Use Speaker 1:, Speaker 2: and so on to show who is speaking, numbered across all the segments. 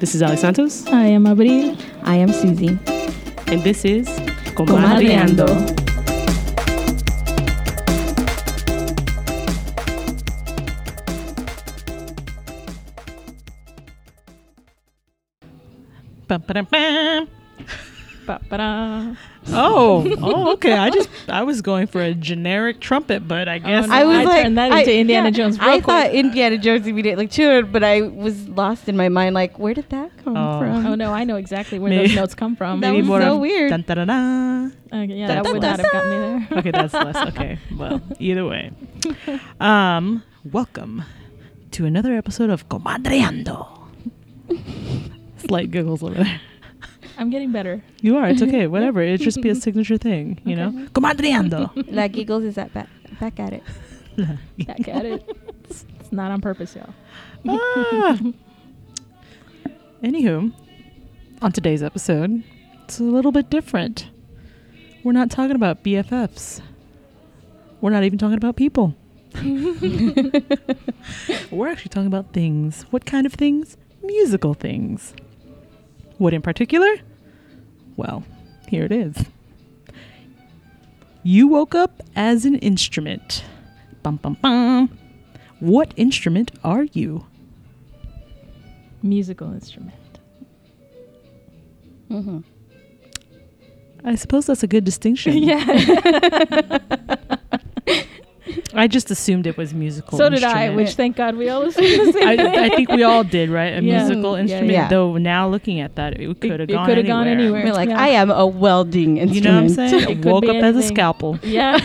Speaker 1: This is Alex Santos,
Speaker 2: I am Abril.
Speaker 3: I am Susie.
Speaker 1: and this is
Speaker 2: Comadreando.
Speaker 1: Bum, ba-dum, bum.
Speaker 2: Ba-ba-da.
Speaker 1: Oh, oh, okay. I just I was going for a generic trumpet, but I guess
Speaker 2: Oh, no. I turned that into Indiana Jones real
Speaker 3: I
Speaker 2: quick.
Speaker 3: thought Indiana Jones immediately children, but I was lost in my mind. Like, where did that come
Speaker 1: Oh.
Speaker 3: from?
Speaker 2: Oh no, I know exactly where
Speaker 1: Maybe-
Speaker 2: those notes come from.
Speaker 3: That was
Speaker 1: more
Speaker 3: so
Speaker 1: of
Speaker 3: weird.
Speaker 1: dun, dun, dun, dun.
Speaker 2: Okay, yeah,
Speaker 1: That
Speaker 2: that would
Speaker 1: was-
Speaker 2: not have gotten me there.
Speaker 1: Okay, that's less. Okay, well, either way, um, welcome to another episode of Comadreando. Slight giggles over there.
Speaker 2: I'm getting better.
Speaker 1: You are. It's okay. Whatever. It just be a signature thing. You know, Comadreando.
Speaker 3: La Giggles is at back, back at it.
Speaker 2: Back at it. It's, it's not on purpose, y'all.
Speaker 1: Ah. Anywho, on today's episode, it's a little bit different. We're not talking about BFFs. We're not even talking about people. We're actually talking about things. What kind of things? Musical things. What in particular? Well, here it is. You woke up as an instrument. Bum, bum, bum. What instrument are you?
Speaker 2: Musical instrument.
Speaker 3: Mm-hmm.
Speaker 1: I suppose that's a good distinction. I just assumed it was musical.
Speaker 2: so did I,
Speaker 1: instrument.
Speaker 2: which thank God we all assumed the same
Speaker 1: I,
Speaker 2: thing.
Speaker 1: I think we all did, right? A
Speaker 2: Yeah.
Speaker 1: musical
Speaker 2: Yeah,
Speaker 1: instrument.
Speaker 3: yeah.
Speaker 1: Though now looking at that, it could have
Speaker 2: it
Speaker 1: gone,
Speaker 2: coulda gone anywhere.
Speaker 3: We're like,
Speaker 2: Yeah.
Speaker 3: I am a welding instrument.
Speaker 1: You know what I'm saying? I
Speaker 2: could
Speaker 1: woke
Speaker 2: be
Speaker 1: up as a
Speaker 2: anything.
Speaker 1: scalpel.
Speaker 2: Yeah.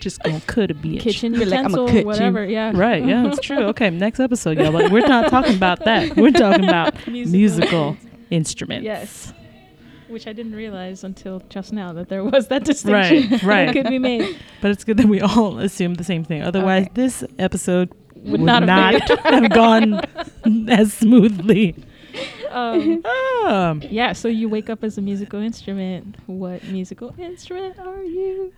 Speaker 1: Just going could have been.
Speaker 2: kitchen
Speaker 3: Be like, I'm a
Speaker 2: utensil,
Speaker 3: kitchen.
Speaker 2: whatever. Yeah.
Speaker 1: Right, yeah, it's true. Okay, next episode, y'all. But we're not talking about that. We're talking about musical, instruments.
Speaker 2: Yes. Which I didn't realize until just now that there was that distinction
Speaker 1: Right,
Speaker 2: that
Speaker 1: right.
Speaker 2: could be made.
Speaker 1: But it's good that we all assume the same thing. Otherwise, this episode would,
Speaker 2: not
Speaker 1: not,
Speaker 2: have
Speaker 1: have, gone as smoothly.
Speaker 2: Um,
Speaker 1: Um,
Speaker 2: yeah, so you wake up as a musical instrument. What musical instrument are you?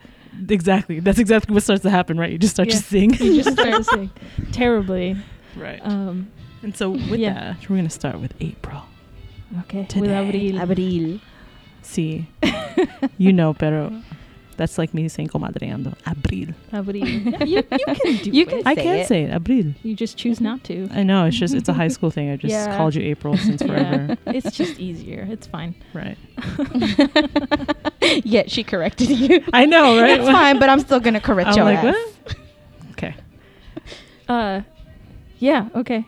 Speaker 1: exactly. That's exactly what starts to happen, right? You just start
Speaker 2: Yeah.
Speaker 1: to sing.
Speaker 2: You just start to sing terribly.
Speaker 1: Right.
Speaker 2: Um,
Speaker 1: and so with
Speaker 2: yeah.
Speaker 1: that, we're going to start with April.
Speaker 2: okay. with
Speaker 1: Today.
Speaker 2: Avril.
Speaker 3: Abril.
Speaker 1: See, you know, pero that's like me saying comadreando. Abril.
Speaker 2: Avril. Yeah, you, you can do
Speaker 3: You
Speaker 2: it.
Speaker 3: can-
Speaker 1: I
Speaker 3: Say
Speaker 1: can
Speaker 3: it.
Speaker 1: say it. Abril.
Speaker 2: You just choose not to.
Speaker 1: I know. It's just, it's a high school thing. I just
Speaker 2: Yeah.
Speaker 1: called you April since
Speaker 2: Yeah.
Speaker 1: forever.
Speaker 2: It's just easier. It's fine.
Speaker 1: Right.
Speaker 3: Yet she corrected you.
Speaker 1: I know, right?
Speaker 3: That's fine, but I'm still gonna correct
Speaker 1: I'm
Speaker 3: your
Speaker 1: like,
Speaker 3: ass.
Speaker 1: what? Okay.
Speaker 2: Uh, yeah. Okay.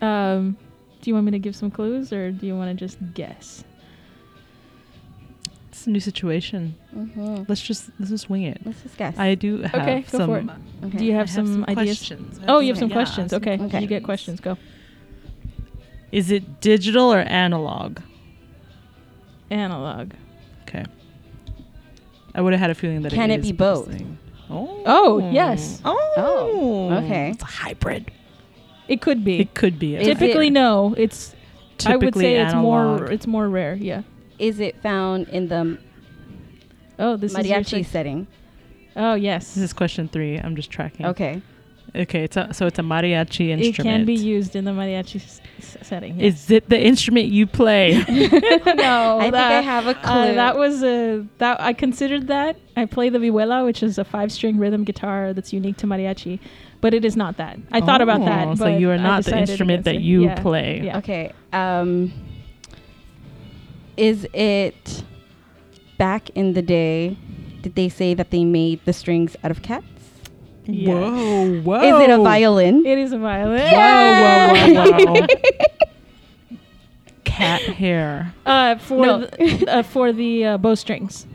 Speaker 2: Um, do you want me to give some clues, or do you want to just guess?
Speaker 1: It's a new situation.
Speaker 3: Mhm.
Speaker 1: Let's just let's just wing it.
Speaker 3: Let's discuss.
Speaker 1: I do have
Speaker 2: Okay, go
Speaker 1: some.
Speaker 2: for it.
Speaker 3: Okay.
Speaker 2: Do you
Speaker 1: I
Speaker 2: have, some, ideas?
Speaker 1: questions. I
Speaker 2: Oh, you have some
Speaker 1: yeah,
Speaker 2: questions.
Speaker 1: some
Speaker 2: Okay.
Speaker 3: Okay.
Speaker 2: You get questions. Go.
Speaker 1: Is it digital or analog?
Speaker 2: Analog.
Speaker 1: Okay. I would have had a feeling that
Speaker 3: Can
Speaker 1: it
Speaker 3: it
Speaker 1: is
Speaker 3: be both?
Speaker 1: listening. Oh.
Speaker 2: Oh, yes.
Speaker 1: Oh.
Speaker 3: Oh, okay.
Speaker 1: It's a hybrid.
Speaker 2: It could be.
Speaker 1: It could be. A
Speaker 3: Is it-
Speaker 2: Typically, no. It's. I would
Speaker 1: Typically
Speaker 2: say it's
Speaker 1: analog.
Speaker 2: more. It's more rare. Yeah.
Speaker 3: Is it found in the
Speaker 2: Oh, this is your
Speaker 3: mariachi
Speaker 2: sec-
Speaker 3: setting?
Speaker 2: Oh, yes.
Speaker 1: This is question three. I'm just tracking.
Speaker 3: Okay.
Speaker 1: Okay. It's a, so it's a mariachi
Speaker 2: it
Speaker 1: instrument.
Speaker 2: can be used in the mariachi s- s- setting. yes.
Speaker 1: Is it the instrument you play?
Speaker 2: no,
Speaker 3: I think I
Speaker 2: that-
Speaker 3: have a clue.
Speaker 2: Uh, that was a that I considered that. I play the vihuela, which is a five-string rhythm guitar that's unique to mariachi, but it is not that. I thought about
Speaker 1: Oh,
Speaker 2: that.
Speaker 1: So
Speaker 2: but
Speaker 1: you
Speaker 2: I
Speaker 1: are not the
Speaker 2: decided
Speaker 1: instrument
Speaker 2: against
Speaker 1: that
Speaker 2: it.
Speaker 1: you
Speaker 2: Yeah.
Speaker 1: play.
Speaker 2: Yeah.
Speaker 3: Okay. Um, is it back in the day? Did they say that they made the strings out of cats?
Speaker 2: Yeah.
Speaker 1: Whoa, whoa.
Speaker 3: Is it a violin?
Speaker 2: It is a violin.
Speaker 1: Whoa, whoa, whoa, whoa. Cat hair.
Speaker 2: Uh, for
Speaker 3: No.
Speaker 2: the, uh, for the uh, bowstrings,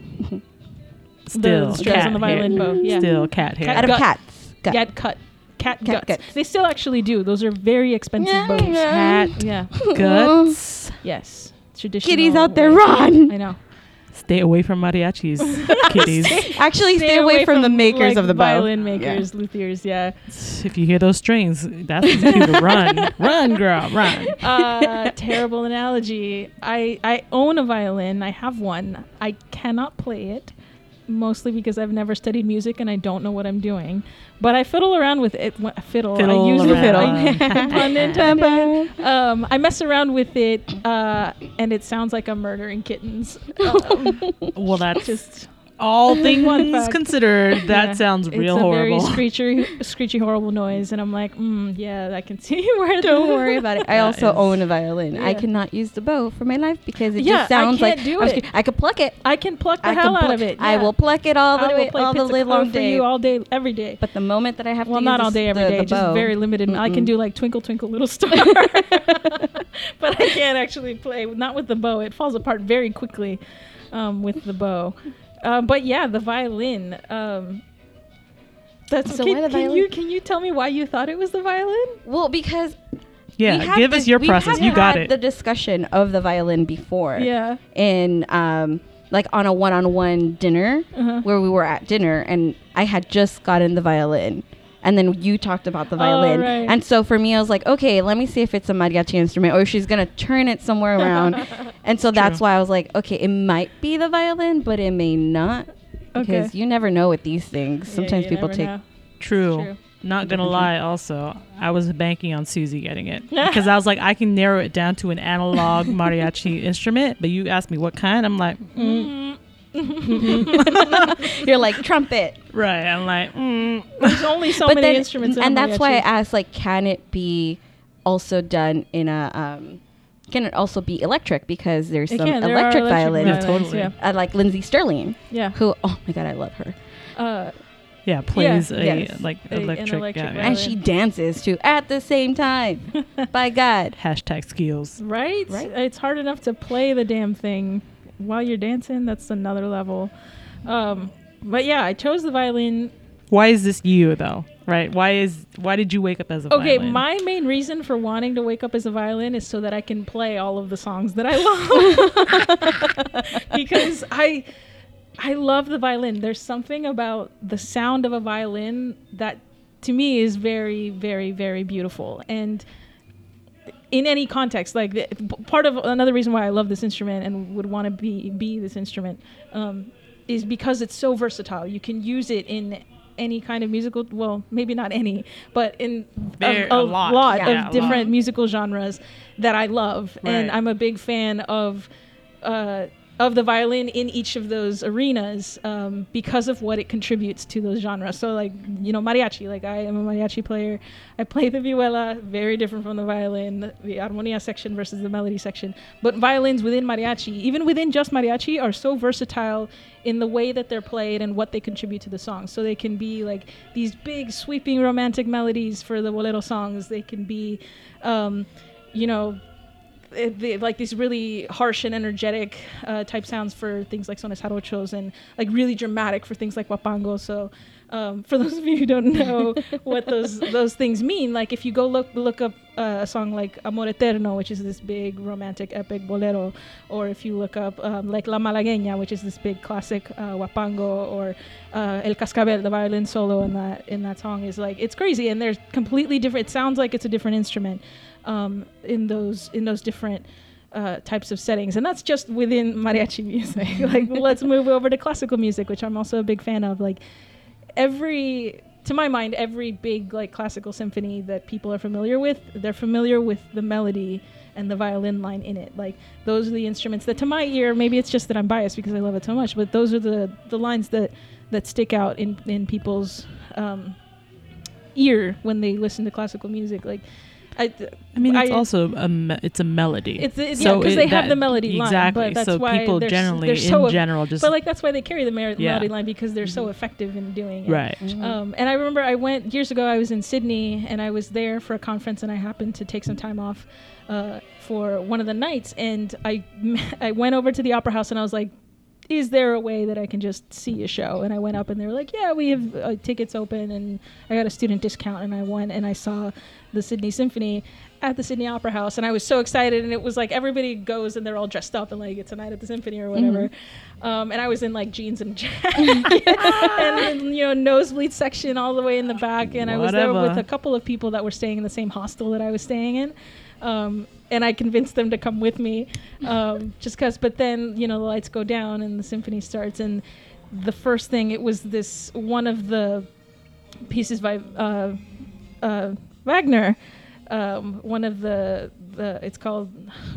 Speaker 1: Still
Speaker 2: the strings
Speaker 1: cat
Speaker 2: on the
Speaker 1: hair.
Speaker 2: violin bow. Yeah.
Speaker 1: Still cat hair.
Speaker 3: out of
Speaker 2: Gut.
Speaker 3: cats. Gut.
Speaker 2: Gat cut. Cat,
Speaker 3: Cat
Speaker 2: guts.
Speaker 3: guts.
Speaker 2: They still actually do. Those are very expensive
Speaker 3: Yeah,
Speaker 2: bows.
Speaker 3: yeah.
Speaker 1: Cat
Speaker 2: Yeah.
Speaker 1: guts.
Speaker 2: Yes. Traditional.
Speaker 3: Kitties out there,
Speaker 2: way.
Speaker 3: run!
Speaker 2: I know.
Speaker 1: Stay away from mariachis, kitties.
Speaker 3: Actually, stay, away, from, the makers
Speaker 2: like,
Speaker 3: of the bow.
Speaker 2: Violin makers, luthiers, yeah.
Speaker 1: If you hear those strings, that's the cue to run. Run, girl, run.
Speaker 2: Uh, terrible analogy. I, I own a violin. I have one. I cannot play it. mostly because I've never studied music and I don't know what I'm doing. But I fiddle around with it. wh- Fiddle. Oh, I
Speaker 1: Fiddle
Speaker 2: use the
Speaker 1: around.
Speaker 2: fiddle. Pun intended. Um, I mess around with it, uh, and it sounds like I'm murdering kittens. Um,
Speaker 1: Well, that's
Speaker 2: just
Speaker 1: all
Speaker 2: Fun
Speaker 1: things
Speaker 2: fact.
Speaker 1: considered. That
Speaker 2: yeah.
Speaker 1: sounds real
Speaker 2: it's
Speaker 1: horrible.
Speaker 2: A very screechy, screechy, horrible noise, and I'm like, mm, yeah, I can see where.
Speaker 3: Don't worry about it. I
Speaker 1: That
Speaker 3: also
Speaker 1: is-
Speaker 3: own a violin. I
Speaker 2: Yeah.
Speaker 3: cannot use the bow for my life because it
Speaker 2: Yeah, I
Speaker 3: just sounds
Speaker 2: can't
Speaker 3: like
Speaker 2: do
Speaker 3: I'm just
Speaker 2: it.
Speaker 3: kidding. I could pluck it.
Speaker 2: I can pluck the
Speaker 3: I
Speaker 2: hell
Speaker 3: can
Speaker 2: out
Speaker 3: pluck-
Speaker 2: of it.
Speaker 3: I
Speaker 2: yeah.
Speaker 3: will pluck it all the
Speaker 2: I will
Speaker 3: way,
Speaker 2: play
Speaker 3: all the
Speaker 2: pizzicato
Speaker 3: li- long
Speaker 2: for
Speaker 3: day.
Speaker 2: you all day, every day.
Speaker 3: But the moment that I have
Speaker 2: well,
Speaker 3: to
Speaker 2: not
Speaker 3: use
Speaker 2: all
Speaker 3: this-
Speaker 2: day, every day.
Speaker 3: the, the
Speaker 2: just
Speaker 3: bow,
Speaker 2: very limited. I can
Speaker 3: mm-mm.
Speaker 2: do like Twinkle Twinkle Little Star, but I can't actually play. Not with the bow; it falls apart very quickly um, with the bow. Um, but yeah, the violin. Um, that's
Speaker 3: So
Speaker 2: can,
Speaker 3: why the
Speaker 2: can
Speaker 3: violin?
Speaker 2: you can you tell me why you thought it was the violin?
Speaker 3: Well, because we
Speaker 1: yeah,
Speaker 3: have
Speaker 1: give
Speaker 3: dis-
Speaker 1: us your
Speaker 3: we
Speaker 1: process.
Speaker 3: have
Speaker 1: You got
Speaker 3: had
Speaker 1: it.
Speaker 3: The discussion of the violin before.
Speaker 2: Yeah.
Speaker 3: In um, like on a one-on-one dinner
Speaker 2: Uh-huh.
Speaker 3: where we were at dinner, and I had just gotten the violin. And then you talked about the violin.
Speaker 2: Oh, right.
Speaker 3: And so for me, I was like, okay, let me see if it's a mariachi instrument or if she's going to turn it somewhere around. and so that's
Speaker 1: true.
Speaker 3: why I was like, okay, it might be the violin, but it may not. Because
Speaker 2: Okay.
Speaker 3: you never know with these things.
Speaker 2: Yeah,
Speaker 3: Sometimes
Speaker 2: you
Speaker 3: people
Speaker 2: never
Speaker 3: take.
Speaker 2: know.
Speaker 1: True.
Speaker 2: True. Mm-hmm.
Speaker 1: Not gonna lie. Also, I was banking on Susie getting it because I was like, I can narrow it down to an analog mariachi instrument. But you asked me what kind. I'm like, mm.
Speaker 3: You're like, trumpet.
Speaker 1: right. I'm like, mm.
Speaker 2: There's only so many instruments, in a
Speaker 3: and that's why I
Speaker 2: mariachi.
Speaker 3: asked, like, can it be also done in a? Um, can it also be electric? Because there's
Speaker 2: It
Speaker 3: some
Speaker 2: can, there are
Speaker 3: electric, violins,
Speaker 1: violins. totally.
Speaker 2: Yeah.
Speaker 3: Uh, like Lindsay Sterling,
Speaker 2: yeah.
Speaker 3: who oh my god, I love her,
Speaker 2: Uh,
Speaker 1: yeah, plays a
Speaker 3: yes.
Speaker 1: like
Speaker 2: A- an
Speaker 1: electric.
Speaker 2: electric
Speaker 1: yeah, yeah.
Speaker 3: and she dances too at the same time. by God,
Speaker 1: Hashtag skills.
Speaker 2: Right?
Speaker 3: Right?
Speaker 2: It's hard enough to play the damn thing while you're dancing. That's another level. Um, but yeah, I chose the violin.
Speaker 1: Why is this you though? Right? Why is why did you wake up as a
Speaker 2: Okay,
Speaker 1: violin?
Speaker 2: my main reason for wanting to wake up as a violin is so that I can play all of the songs that I love. because I I love the violin. There's something about the sound of a violin that to me is very very very beautiful and in any context like the, p- part of another reason why i love this instrument and would want to be be this instrument um, is because it's so versatile you can use it in any kind of musical well maybe not any but in
Speaker 1: Very-
Speaker 2: a,
Speaker 1: a
Speaker 2: a
Speaker 1: lot.
Speaker 2: lot,
Speaker 1: Yeah,
Speaker 2: of
Speaker 1: a lot.
Speaker 2: different musical genres that i love and
Speaker 1: Right.
Speaker 2: i'm a big fan of uh, of the violin in each of those arenas um, because of what it contributes to those genres. So, like, you know, mariachi, like, I am a mariachi player. I play the vihuela, very different from the violin, the armonia section versus the melody section. But violins within mariachi, even within just mariachi, are so versatile in the way that they're played and what they contribute to the song. So, they can be like these big, sweeping romantic melodies for the bolero songs, they can be, um, you know, uh, the, like these really harsh and energetic uh, type sounds for things like sones jarochos and like really dramatic for things like wapango. So um, for those of you who don't know what those those things mean, like if you go look look up uh, a song like Amor Eterno, which is this big romantic epic bolero, or if you look up um, like La Malagueña, which is this big classic uh, wapango, or uh, El Cascabel, the violin solo in that in that song is like it's crazy, and they're completely different. It sounds like it's a different instrument um, in those in those different uh, types of settings, and that's just within mariachi music. like, let's move over to classical music, which I'm also a big fan of. Like, every to my mind, every big like classical symphony that people are familiar with, they're familiar with the melody and the violin line in it. Like, those are the instruments that, to my ear, maybe it's just that I'm biased because I love it so much, but those are the the lines that that stick out in in people's um, ear when they listen to classical music. Like, I.
Speaker 1: I mean, it's
Speaker 2: I-
Speaker 1: also a me- it's a melody.
Speaker 2: It's, it's
Speaker 1: So
Speaker 2: yeah, because
Speaker 1: it-
Speaker 2: they have
Speaker 1: that-
Speaker 2: the melody line.
Speaker 1: exactly.
Speaker 2: But that's
Speaker 1: so
Speaker 2: why
Speaker 1: people
Speaker 2: they're s-
Speaker 1: generally,
Speaker 2: they're so
Speaker 1: in
Speaker 2: eff-
Speaker 1: general, just
Speaker 2: But like that's why they carry the mer-
Speaker 1: Yeah. Mm-hmm.
Speaker 2: melody line because they're so effective in doing it.
Speaker 1: right.
Speaker 2: Um, and I remember I went years ago. I was in Sydney and I was there for a conference, and I happened to take some time off uh, for one of the nights. And I I went over to the opera house, and I was like, "Is there a way that I can just see a show?" And I went up, and they were like, "Yeah, we have uh, tickets open," and I got a student discount, and I went and I saw the Sydney Symphony at the Sydney Opera House, and I was so excited. And it was like everybody goes and they're all dressed up and like it's a night at the Symphony or whatever. Um, and I was in like jeans and jacket and then, you know nosebleed section all the way in the back. And I was there
Speaker 1: Whatever.
Speaker 2: with a couple of people that were staying in the same hostel that I was staying in. Um, and I convinced them to come with me, um, just cause. But then you know the lights go down and the symphony starts, and the first thing it was this one of the pieces by uh, uh, Wagner. Um, one of the the it's called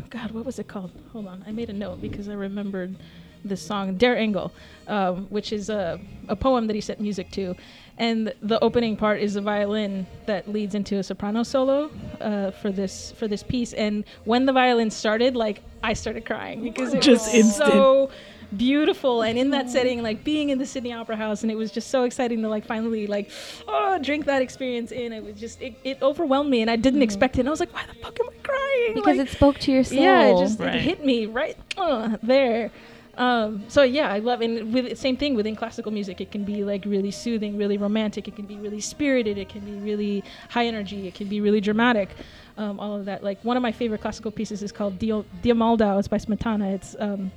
Speaker 2: God. What was it called? Hold on, I made a note because I remembered this song Der Engel, um, which is a a poem that he set music to, and the opening part is a violin that leads into a soprano solo uh, for this for this piece. And when the violin started, like I started crying because it
Speaker 1: Just
Speaker 2: was
Speaker 1: instant.
Speaker 2: so beautiful and in that setting like being in the sydney opera house and it was just so exciting to like finally like oh drink that experience in it was just it, it overwhelmed me and i didn't expect it and i was like why the fuck am i crying
Speaker 3: because
Speaker 2: Like,
Speaker 3: it spoke to your soul.
Speaker 2: yeah it just
Speaker 1: Right.
Speaker 2: it hit me right uh, there um, so yeah i love and with same thing within classical music it can be like really soothing really romantic it can be really spirited it can be really high energy it can be really dramatic um, all of that like one of my favorite classical pieces is called Dio, Diamaldau. it's by smetana it's um,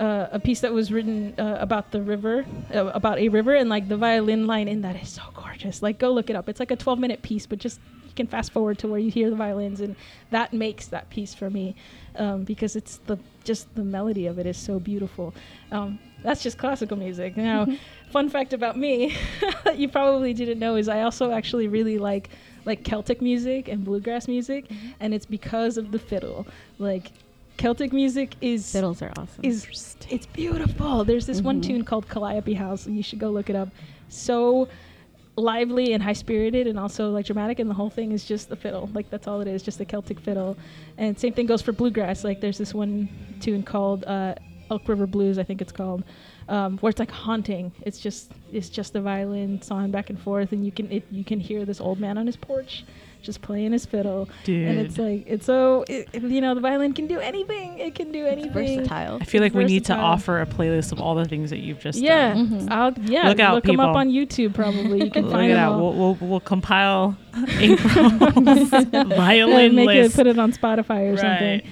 Speaker 2: uh, a piece that was written uh, about the river, uh, about a river, and like the violin line in that is so gorgeous. Like, go look it up. It's like a 12 minute piece, but just you can fast forward to where you hear the violins, and that makes that piece for me um, because it's the just the melody of it is so beautiful. Um, that's just classical music. Now, fun fact about me that you probably didn't know is I also actually really like like Celtic music and bluegrass music, and it's because of the fiddle. Like, Celtic music is
Speaker 3: Fiddles are awesome.
Speaker 2: is it's beautiful. There's this one tune called Calliope House. You should go look it up. So lively and high spirited and also like dramatic and the whole thing is just the fiddle. Like that's all it is, just the Celtic fiddle. And same thing goes for bluegrass. Like there's this one tune called uh, Elk River Blues, I think it's called. Um, where it's like haunting. It's just it's just the violin sawing back and forth, and you can it, you can hear this old man on his porch, just playing his fiddle, and it's uh,
Speaker 1: Dude.
Speaker 2: like it's so it, you know the violin can do anything. It can do anything.
Speaker 3: versatile.
Speaker 1: I feel like we need to
Speaker 2: Versatile.
Speaker 1: offer a playlist of all the things that you've just
Speaker 2: Yeah, Mm-hmm.
Speaker 1: done.
Speaker 2: I'll yeah
Speaker 1: Look out,
Speaker 2: look them up
Speaker 1: people.
Speaker 2: on YouTube. Probably you can
Speaker 1: Look
Speaker 2: find
Speaker 1: at that.
Speaker 2: them all.
Speaker 1: We'll, we'll, we'll compile April's violin
Speaker 2: and make
Speaker 1: list.
Speaker 2: it put it on Spotify or
Speaker 1: Right.
Speaker 2: something.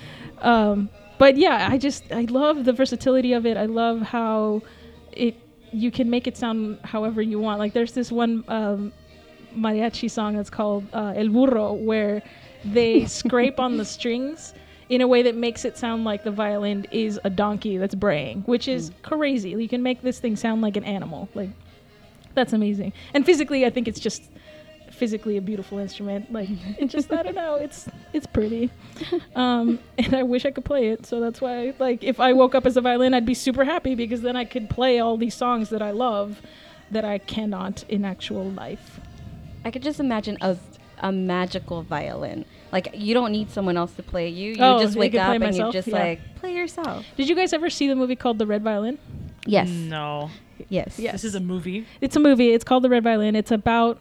Speaker 2: Um, but yeah, I just I love the versatility of it. I love how it you can make it sound however you want. Like there's this one um, mariachi song that's called uh, El Burro, where they scrape on the strings in a way that makes it sound like the violin is a donkey that's braying, which is crazy. You can make this thing sound like an animal. Like that's amazing. And physically, I think it's just physically a beautiful instrument. Like it just I don't know, it's it's pretty. Um, and I wish I could play it. So that's why like if I woke up as a violin, I'd be super happy because then I could play all these songs that I love that I cannot in actual life.
Speaker 3: I could just imagine a a magical violin. Like you don't need someone else to play you. You
Speaker 2: Oh,
Speaker 3: just
Speaker 2: I
Speaker 3: wake
Speaker 2: could
Speaker 3: up
Speaker 2: play
Speaker 3: and
Speaker 2: myself,
Speaker 3: you just
Speaker 2: yeah.
Speaker 3: like play yourself.
Speaker 2: Did you guys ever see the movie called The Red Violin?
Speaker 3: Yes.
Speaker 1: No.
Speaker 3: Yes.
Speaker 2: Yes.
Speaker 1: This is a movie.
Speaker 2: It's a movie. It's called The Red Violin. It's about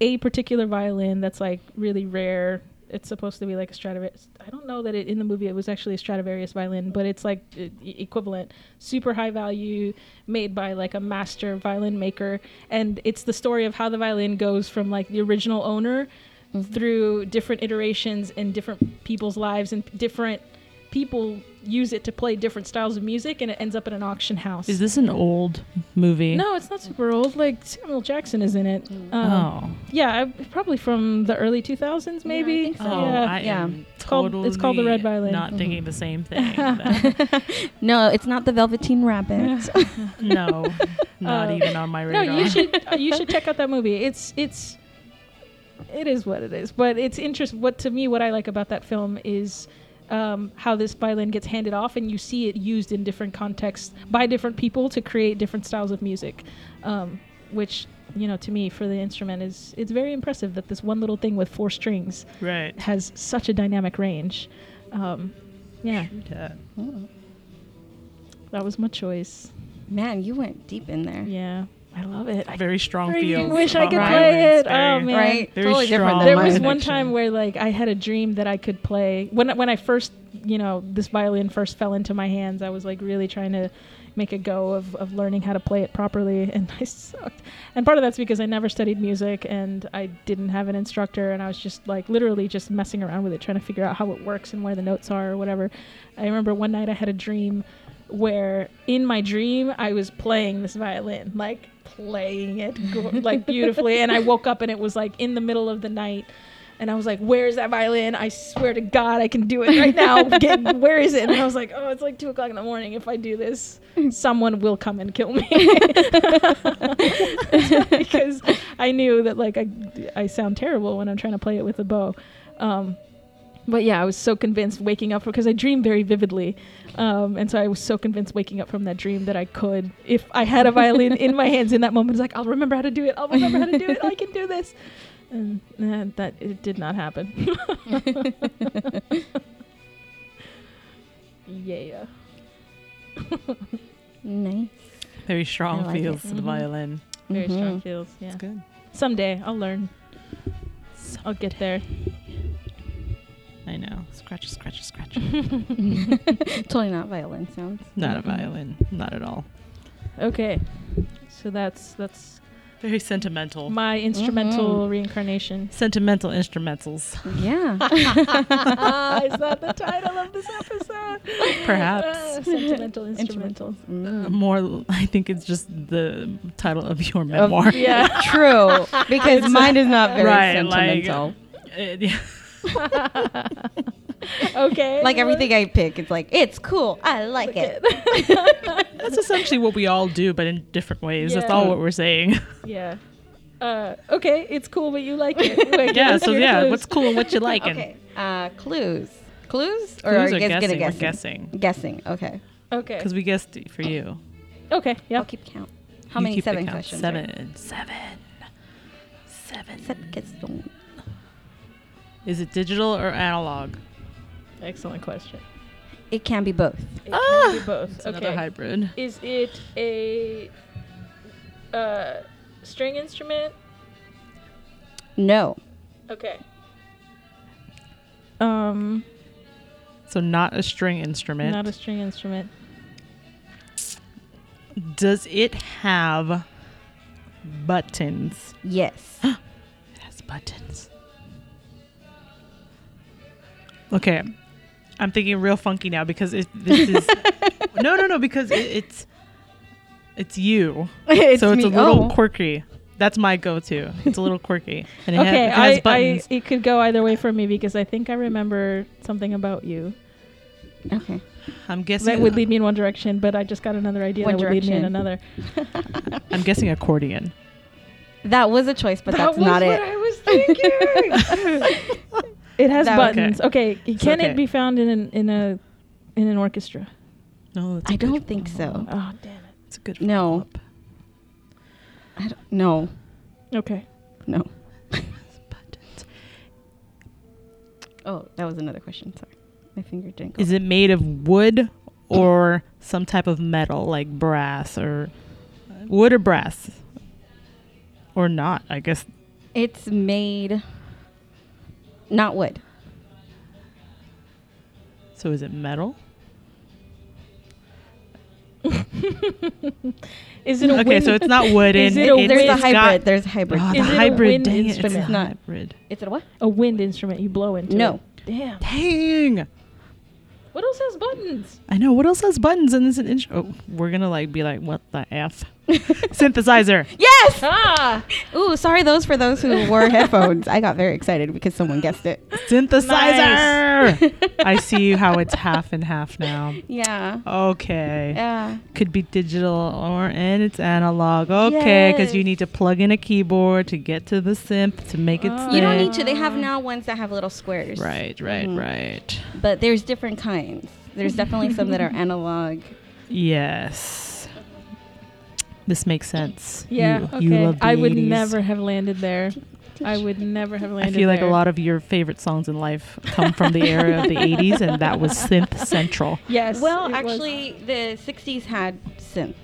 Speaker 2: a particular violin that's like really rare. It's supposed to be like a Stradivarius. I don't know that it, in the movie it was actually a Stradivarius violin, but it's like e- e- equivalent, super high value, made by like a master violin maker, and it's the story of how the violin goes from like the original owner through different iterations and different people's lives and different people use it to play different styles of music, and it ends up at an auction house.
Speaker 1: Is this an old movie?
Speaker 2: No, it's not super old. Like Samuel Jackson is in it.
Speaker 3: Hmm.
Speaker 2: Um,
Speaker 1: Oh.
Speaker 2: Yeah, I, probably from the early 2000s, maybe.
Speaker 3: think so.
Speaker 1: Oh, I am
Speaker 2: It's called- it's called The Red
Speaker 1: totally
Speaker 2: Violin. Mm-hmm.
Speaker 1: Not thinking the same thing. then.
Speaker 3: No, it's not the Velveteen Rabbit.
Speaker 1: no, not
Speaker 2: Uh,
Speaker 1: even on my
Speaker 2: no,
Speaker 1: radar.
Speaker 2: you should uh, you should check out that movie. It's it's it is what it is, but it's interest. What to me, what I like about that film is um, how this violin gets handed off, and you see it used in different contexts by different people to create different styles of music, um, which you know to me for the instrument is it's very impressive that this one little thing with four strings
Speaker 1: Right.
Speaker 2: has such a dynamic range. Um, yeah, that was my choice.
Speaker 3: Man, you went deep in there.
Speaker 2: Yeah, I love it. I
Speaker 1: Very strong
Speaker 2: freaking
Speaker 1: feels.
Speaker 2: wish I
Speaker 1: about
Speaker 2: could
Speaker 1: my
Speaker 2: play
Speaker 1: violins.
Speaker 2: it. Oh
Speaker 1: Very-
Speaker 2: man,
Speaker 3: Right?
Speaker 1: Very
Speaker 3: totally different
Speaker 1: strong.
Speaker 3: than
Speaker 2: There
Speaker 3: mine.
Speaker 2: was one
Speaker 1: connection.
Speaker 2: time where like I had a dream that I could play when when I first you know this violin first fell into my hands. I was like really trying to make a go of, of learning how to play it properly, and I sucked. And part of that's because I never studied music and I didn't have an instructor, and I was just like literally just messing around with it, trying to figure out how it works and where the notes are or whatever. I remember one night I had a dream where in my dream I was playing this violin, like playing it go- like beautifully, and I woke up and it was like in the middle of the night And I was like, "Where's that violin? I swear to God, I can do it right now. Get, where is it?" And I was like, "Oh, it's like two o'clock in the morning. If I do this, someone will come and kill me." because I knew that like I, I sound terrible when I'm trying to play it with a bow. Um, but yeah, I was so convinced waking up because I dream very vividly, um, and so I was so convinced waking up from that dream that I could, if I had a violin in my hands in that moment, it's like I'll remember how to do it. I'll remember how to do it. I can do this. And uh, that it did not happen. yeah.
Speaker 3: Nice.
Speaker 1: Very strong
Speaker 3: I like it.
Speaker 1: feels to the violin.
Speaker 2: Very strong
Speaker 3: Mhm.
Speaker 2: feels. Mm-hmm. Yeah.
Speaker 1: Mm-hmm. It's good.
Speaker 2: Someday I'll learn. I'll get there.
Speaker 1: I know. Scratch, scratch, scratch.
Speaker 3: Mm-hmm. totally not violin sounds.
Speaker 1: Not a
Speaker 2: Mm-hmm.
Speaker 1: violin. Not at all.
Speaker 2: Okay. So that's that's
Speaker 1: Very sentimental.
Speaker 2: my instrumental
Speaker 1: Mm-hmm.
Speaker 2: reincarnation.
Speaker 1: Sentimental instrumentals.
Speaker 3: Yeah.
Speaker 2: Is that the title of this episode?
Speaker 1: Perhaps.
Speaker 2: Uh, sentimental instrumental.
Speaker 3: Mm.
Speaker 1: More, I think it's just the title of your memoir.
Speaker 3: Of-
Speaker 2: Yeah.
Speaker 3: True, because mine is not very
Speaker 1: Right, like-
Speaker 3: sentimental.
Speaker 1: Uh, yeah.
Speaker 2: okay.
Speaker 3: Like, everything I pick, it's like it's cool. I like it.
Speaker 1: That's essentially what we all do, but in different ways. That's
Speaker 2: Yeah.
Speaker 1: all what we're saying.
Speaker 2: Yeah. Uh, okay, it's cool, but you like it. Wait, give
Speaker 1: yeah.
Speaker 2: us
Speaker 1: So
Speaker 2: your
Speaker 1: yeah,
Speaker 2: clues.
Speaker 1: what's cool and what you like.
Speaker 3: Okay. Uh, clues. Clues? Or
Speaker 1: Clues
Speaker 3: are
Speaker 1: or
Speaker 3: you guys
Speaker 1: guessing?
Speaker 3: good
Speaker 1: We're
Speaker 3: at guessing? guessing. Okay.
Speaker 2: okay?
Speaker 1: because we guessed for you.
Speaker 2: Okay, yeah.
Speaker 3: I'll keep count. How
Speaker 1: You
Speaker 3: many
Speaker 1: keep the
Speaker 3: seven
Speaker 1: count.
Speaker 3: questions? are-
Speaker 1: Seven. Seven. Seven.
Speaker 3: Seven questions.
Speaker 1: Is it digital or analog?
Speaker 2: Excellent question.
Speaker 3: It can be both.
Speaker 2: It
Speaker 1: Ah!
Speaker 2: can be both.
Speaker 1: It's another
Speaker 2: okay.
Speaker 1: hybrid.
Speaker 2: Is it a uh, string instrument?
Speaker 3: No.
Speaker 2: Okay. Um,
Speaker 1: So not a string instrument.
Speaker 2: not a string instrument.
Speaker 1: Does it have buttons?
Speaker 3: Yes.
Speaker 1: It has buttons. Okay. I'm thinking real funky now because it, this is no, no, no. Because it, it's it's you,
Speaker 3: It's
Speaker 1: so it's
Speaker 3: me.
Speaker 1: a little
Speaker 3: Oh.
Speaker 1: quirky. That's my go-to. It's a little quirky, and it, ha-
Speaker 2: okay,
Speaker 1: it has
Speaker 2: I, I
Speaker 1: buttons.
Speaker 2: it could go either way for me because I think I remember something about you
Speaker 3: Okay.
Speaker 1: I, am guessing
Speaker 2: that would lead me in one direction, but I just got another idea
Speaker 3: One
Speaker 2: that would lead me in
Speaker 3: direction.
Speaker 2: another.
Speaker 1: I'm guessing accordion.
Speaker 3: That was a choice, but
Speaker 2: That
Speaker 3: that's
Speaker 2: was
Speaker 3: not
Speaker 2: what
Speaker 3: it.
Speaker 2: I was thinking. it has
Speaker 3: That- okay.
Speaker 2: buttons. Okay, can
Speaker 1: okay.
Speaker 2: it be found in an, in a in an orchestra?
Speaker 1: No, that's
Speaker 3: I
Speaker 1: a good
Speaker 3: don't think so.
Speaker 1: follow-up.
Speaker 2: Oh damn it.
Speaker 1: It's a good
Speaker 3: No.
Speaker 1: follow-up.
Speaker 3: I don't, no.
Speaker 2: Okay.
Speaker 3: No.
Speaker 1: Has buttons.
Speaker 3: Oh, that was another question. Sorry. My finger didn't go.
Speaker 1: Is it made of wood or some type of metal like brass or wood or brass or not? I guess
Speaker 3: It's made not wood.
Speaker 1: so. Is it metal?
Speaker 2: Is it a
Speaker 1: okay,
Speaker 2: wind?
Speaker 1: so it's not wooden.
Speaker 2: Is it
Speaker 1: it,
Speaker 2: a
Speaker 1: has
Speaker 2: wind-
Speaker 3: There's a
Speaker 2: it's
Speaker 3: hybrid.
Speaker 1: Got,
Speaker 3: There's a hybrid.
Speaker 1: Oh,
Speaker 2: Is
Speaker 1: the
Speaker 2: it a
Speaker 1: hybrid.
Speaker 2: wind
Speaker 1: Dang it, it's a
Speaker 2: instrument?
Speaker 3: Not.
Speaker 1: hybrid.
Speaker 3: Is it a what?
Speaker 2: a wind instrument you blow into.
Speaker 3: No.
Speaker 2: it. Damn.
Speaker 1: Dang!
Speaker 2: What else has buttons?
Speaker 1: I know. What else has buttons and is an inch? Oh, we're gonna like be like, what the f? Synthesizer.
Speaker 3: Yes.
Speaker 2: Ah.
Speaker 3: Ooh, sorry those for those who wore headphones. I got very excited because someone guessed it.
Speaker 1: Synthesizer. I see how it's half and half now.
Speaker 3: Yeah.
Speaker 1: Okay.
Speaker 3: Yeah.
Speaker 1: could be digital or and it's analog. Okay, because you
Speaker 3: Yes.
Speaker 1: need to plug in a keyboard to get to the synth to make it.
Speaker 2: Oh.
Speaker 1: Synth.
Speaker 3: You don't need to. They have now ones that have little squares.
Speaker 1: Right, right,
Speaker 3: Mhm.
Speaker 1: right.
Speaker 3: But there's different kinds. There's definitely some that are analog.
Speaker 1: Yes, this makes sense.
Speaker 2: Yeah.
Speaker 1: you,
Speaker 2: okay.
Speaker 1: you love the
Speaker 2: I would
Speaker 1: 80s.
Speaker 2: never have landed there. I would never have
Speaker 1: I
Speaker 2: landed.
Speaker 1: feel like a
Speaker 2: there.
Speaker 1: lot of your favorite songs in life come from the era of the '80s, and that was synth central.
Speaker 2: Yes. it
Speaker 3: Well,
Speaker 2: was.
Speaker 3: actually, the 60s had synth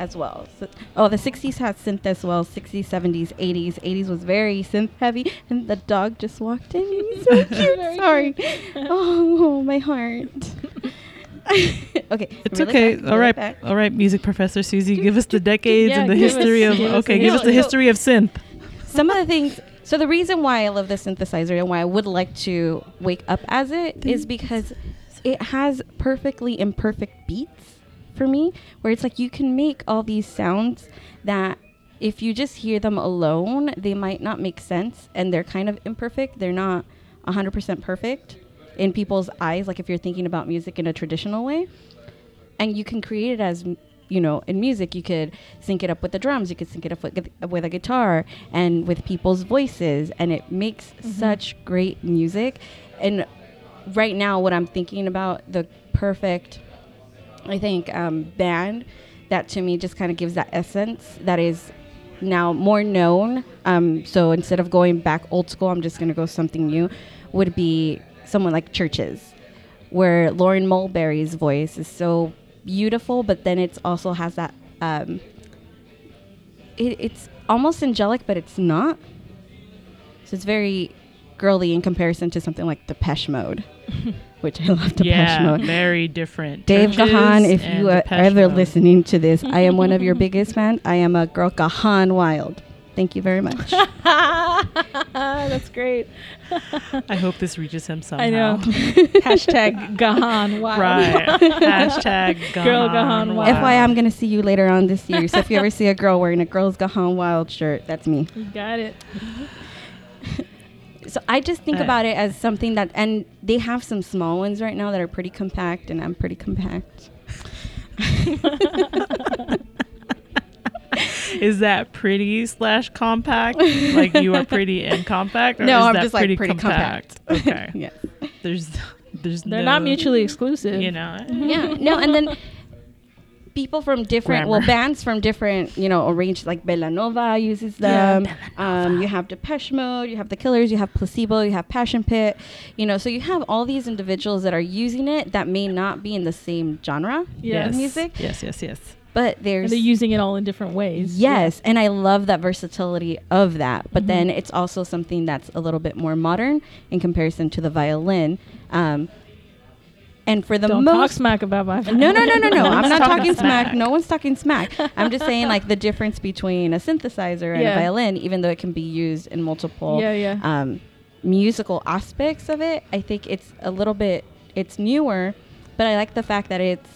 Speaker 3: as well. So, oh, the 60s had synth as well. 60s, 70s, 80s. 80s was very synth heavy. And the dog just walked in. He's
Speaker 2: Very
Speaker 3: so cute. Sorry.
Speaker 2: cute.
Speaker 3: Oh, my heart. okay.
Speaker 1: It's
Speaker 3: reel it
Speaker 1: okay.
Speaker 3: back,
Speaker 1: all
Speaker 3: reel it
Speaker 1: right,
Speaker 3: back.
Speaker 1: all right, music professor Susie, give us the decades
Speaker 2: Yeah,
Speaker 1: and the
Speaker 2: give us-
Speaker 1: history of.
Speaker 2: give us
Speaker 1: okay,
Speaker 2: the
Speaker 1: give us the
Speaker 2: history.
Speaker 1: history of synth.
Speaker 3: Some of the things. So the reason why I love the synthesizer and why I would like to wake up as it is because it has perfectly imperfect beats for me, where it's like you can make all these sounds that if you just hear them alone, they might not make sense and they're kind of imperfect. They're not 100% perfect in people's eyes, like if you're thinking about music in a traditional way. And you can create it as, m- you know, in music, you could sync it up with the drums, you could sync it up with, gu- with a guitar and with people's voices. And it makes such great music. And right now, what I'm thinking about, the perfect. I think um, band that to me just kind of gives that essence that is now more known. Um, so instead of going back old school, I'm just going to go something new. Would be someone like Churches, where Lauren Mulberry's voice is so beautiful, but then it's also has that. Um, it, it's almost angelic, but it's not. So it's very girly in comparison to something like Depeche Mode, which I love Depeche
Speaker 1: yeah,
Speaker 3: Mode.
Speaker 1: very different.
Speaker 3: Dave
Speaker 1: Churches
Speaker 3: Gahan, if
Speaker 1: and
Speaker 3: you are
Speaker 1: Depeche
Speaker 3: ever
Speaker 1: Mode.
Speaker 3: listening to this, I am one of your biggest fans. I am a girl, Gahan Wild. Thank you very much.
Speaker 2: That's great.
Speaker 1: I hope this reaches him somehow.
Speaker 2: I know. Hashtag Gahan. Wow.
Speaker 1: Right. Hashtag Gahan
Speaker 2: Girl Gahan
Speaker 1: Wild.
Speaker 2: Wild.
Speaker 3: FYI, I'm going to see you later on this year. So if you ever see a girl wearing a girl's Gahan Wild shirt, that's me.
Speaker 2: You got it.
Speaker 3: So I just think
Speaker 1: Uh.
Speaker 3: about it as something that, and they have some small ones right now that are pretty compact, and I'm pretty compact.
Speaker 1: Is that pretty slash compact? like you are pretty and compact? Or
Speaker 3: no,
Speaker 1: is
Speaker 3: I'm
Speaker 1: that
Speaker 3: just like pretty compact.
Speaker 1: Okay.
Speaker 3: yes.
Speaker 1: There's, there's
Speaker 2: They're
Speaker 1: no-
Speaker 2: not mutually exclusive. Mm-hmm.
Speaker 1: You know.
Speaker 3: yeah no and then people from different well
Speaker 1: Grammar.
Speaker 3: bands from different you know arranged like Belanova uses
Speaker 1: Yeah,
Speaker 3: them um, you have Depeche Mode you have The Killers you have Placebo you have Passion Pit you know so you have all these individuals that are using it that may not be in the same genre
Speaker 2: Yeah.
Speaker 1: Yes.
Speaker 3: Music.
Speaker 1: Yes. Yes. Yes.
Speaker 3: but
Speaker 2: And
Speaker 3: there's
Speaker 2: they're using it all in different ways.
Speaker 3: Yes, and I love that versatility of that.
Speaker 2: Mm-hmm.
Speaker 3: But then it's also something that's a little bit more modern in comparison to the violin. Um, and for the
Speaker 2: Don't talk
Speaker 3: most
Speaker 2: smack about my.
Speaker 3: no, no, no, no, no. I'm not
Speaker 1: Talking
Speaker 3: talking smack.
Speaker 1: smack.
Speaker 3: No one's talking smack. I'm just saying like the difference between a synthesizer and
Speaker 2: Yeah.
Speaker 3: a violin, even though it can be used in multiple
Speaker 2: Yeah, yeah.
Speaker 3: um, musical aspects of it. I think it's a little bit it's newer, but I like the fact that it's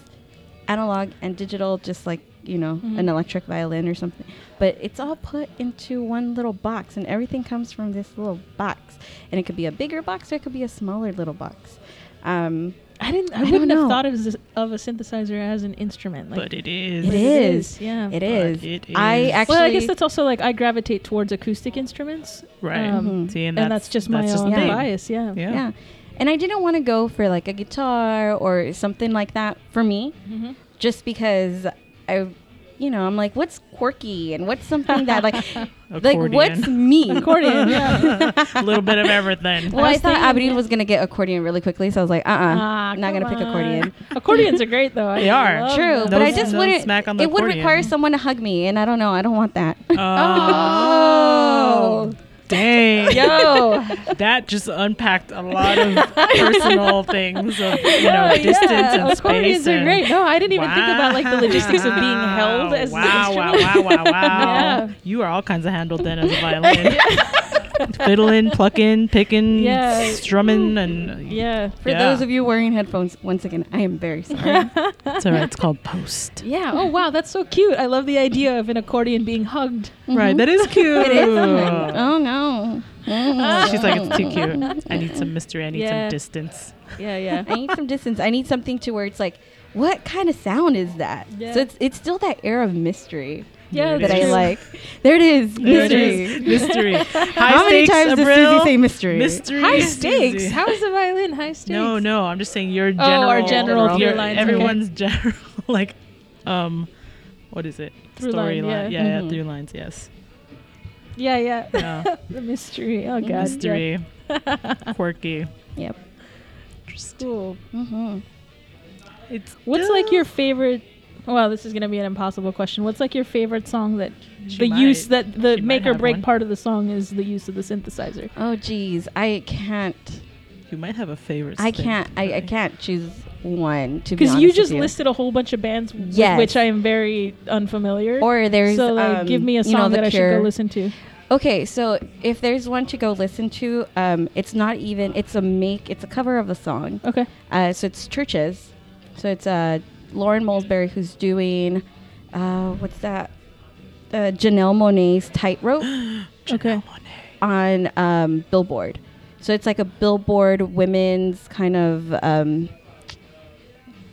Speaker 3: analog and digital, just like you know
Speaker 2: Mhm.
Speaker 3: an electric violin or something. But it's all put into one little box, and everything comes from this little box, and it could be a bigger box or it could be a smaller little box. Um,
Speaker 2: I didn't. I,
Speaker 3: I don't
Speaker 2: wouldn't have
Speaker 3: know.
Speaker 2: thought of, s- of a synthesizer as an instrument. Like,
Speaker 1: but it is.
Speaker 3: It
Speaker 2: but
Speaker 3: is.
Speaker 2: Yeah.
Speaker 3: it
Speaker 1: But
Speaker 3: is.
Speaker 1: it
Speaker 3: I
Speaker 1: is-
Speaker 3: actually.
Speaker 2: well, I guess that's also like I gravitate towards acoustic instruments.
Speaker 1: Right.
Speaker 2: Um,
Speaker 3: Mhm.
Speaker 1: See, and,
Speaker 2: and, that's, just my
Speaker 1: that's
Speaker 2: own
Speaker 1: the thing.
Speaker 2: bias. Yeah.
Speaker 1: Yeah.
Speaker 3: yeah. And I didn't want to go for like a guitar or something like that for me,
Speaker 2: Mhm.
Speaker 3: just because I, you know, I'm like, what's quirky and what's something that like, like what's
Speaker 1: Accordion.
Speaker 3: me?
Speaker 2: Accordion. Yeah.
Speaker 1: a little bit of everything.
Speaker 3: Well,
Speaker 2: I
Speaker 3: I,
Speaker 2: was
Speaker 3: thought
Speaker 2: thinking,
Speaker 3: Aberdeen
Speaker 2: yeah.
Speaker 3: was gonna get accordion really quickly, so I was like, uh, uh-uh,
Speaker 2: Ah,
Speaker 3: not gonna
Speaker 2: come
Speaker 3: pick
Speaker 2: on.
Speaker 3: accordion.
Speaker 2: Accordions are great though.
Speaker 1: They
Speaker 2: I
Speaker 1: are.
Speaker 2: love
Speaker 3: True,
Speaker 2: them.
Speaker 3: but I
Speaker 1: Those-
Speaker 3: just
Speaker 1: those
Speaker 3: wouldn't.
Speaker 1: smack on the
Speaker 3: It would
Speaker 1: accordion.
Speaker 3: require someone to hug me, and I don't know. I don't want that.
Speaker 1: Oh, dang.
Speaker 2: Yo.
Speaker 1: That just unpacked a lot of personal things of, you know, distance and
Speaker 2: accordions
Speaker 1: space.
Speaker 2: are
Speaker 1: and-
Speaker 2: great. No, I didn't even think about like the logistics of being held
Speaker 1: Wow.
Speaker 2: as an
Speaker 1: wow, wow,
Speaker 2: instrument.
Speaker 1: wow, wow, wow.
Speaker 2: Yeah.
Speaker 1: You are all kinds of handled then as a violin. Fiddling, plucking, picking,
Speaker 2: Yeah.
Speaker 1: strumming, and
Speaker 2: Yeah.
Speaker 3: For
Speaker 1: Yeah.
Speaker 3: those of you wearing headphones, once again, I am very sorry.
Speaker 1: it's all right. It's called post.
Speaker 2: Yeah. Oh wow, that's so cute. I love the idea of an accordion being hugged.
Speaker 1: Right, that is cute.
Speaker 3: It is. something. Oh no. Mm.
Speaker 1: Oh, She's like, it's too cute. I need some mystery. I need
Speaker 2: Yeah.
Speaker 1: some distance.
Speaker 2: Yeah, yeah.
Speaker 3: I need some distance. I need something to where it's like, what kind of sound is that?
Speaker 2: Yeah.
Speaker 3: So it's it's still that air of mystery
Speaker 1: There
Speaker 2: Yeah,
Speaker 1: it
Speaker 3: that
Speaker 2: that's
Speaker 3: I
Speaker 2: true.
Speaker 3: like. There it is,
Speaker 1: There it
Speaker 3: mystery.
Speaker 1: is. Mystery. High
Speaker 3: How many
Speaker 1: stakes,
Speaker 3: times does
Speaker 1: Abril.
Speaker 3: Susie say mystery?
Speaker 1: Mystery.
Speaker 2: High
Speaker 1: is
Speaker 2: stakes.
Speaker 1: Susie.
Speaker 2: How is the violin high stakes?
Speaker 1: No, no. I'm just saying your
Speaker 2: Oh,
Speaker 1: general.
Speaker 2: our general
Speaker 1: your-
Speaker 2: through lines, okay.
Speaker 1: Everyone's general. Like, um, what is it?
Speaker 2: Through
Speaker 1: Story
Speaker 2: line, yeah. Mm-hmm.
Speaker 1: Yeah,
Speaker 3: Mhm.
Speaker 1: through lines. Yes.
Speaker 2: Yeah, yeah.
Speaker 1: Yeah.
Speaker 2: the mystery. Oh god. yeah.
Speaker 1: Mystery. Quirky.
Speaker 3: Yep.
Speaker 1: Interesting.
Speaker 2: Cool.
Speaker 3: Mm-hmm.
Speaker 1: It's
Speaker 2: What's
Speaker 1: still-
Speaker 2: like your favorite? Well, this is gonna be an impossible question. What's like your favorite song that
Speaker 1: She
Speaker 2: the
Speaker 1: might.
Speaker 2: use that the
Speaker 1: She might
Speaker 2: make or
Speaker 1: have
Speaker 2: break
Speaker 1: one.
Speaker 2: part of the song is the use of the synthesizer?
Speaker 3: Oh geez, I can't.
Speaker 1: You might have a favorite.
Speaker 3: I
Speaker 1: thing,
Speaker 3: can't. I, I
Speaker 1: right?
Speaker 3: can't choose one to be
Speaker 2: Because
Speaker 3: honest.
Speaker 2: you just
Speaker 3: with
Speaker 2: listed a whole bunch of bands with
Speaker 3: Yes.
Speaker 2: which I am very unfamiliar.
Speaker 3: Or there's
Speaker 2: so like,
Speaker 3: um,
Speaker 2: give me a song
Speaker 3: you know, The
Speaker 2: that I should
Speaker 3: Cure.
Speaker 2: go listen to.
Speaker 3: Okay, so if there's one to go listen to, um, it's not even. It's a make. It's a cover of a song.
Speaker 2: Okay.
Speaker 3: Uh, so it's churches. So it's uh, Lauren Molesbury who's doing, uh, what's that? uh, Janelle Monet's Tightrope
Speaker 2: Okay.
Speaker 3: on um, Billboard. So it's like a Billboard women's kind of um,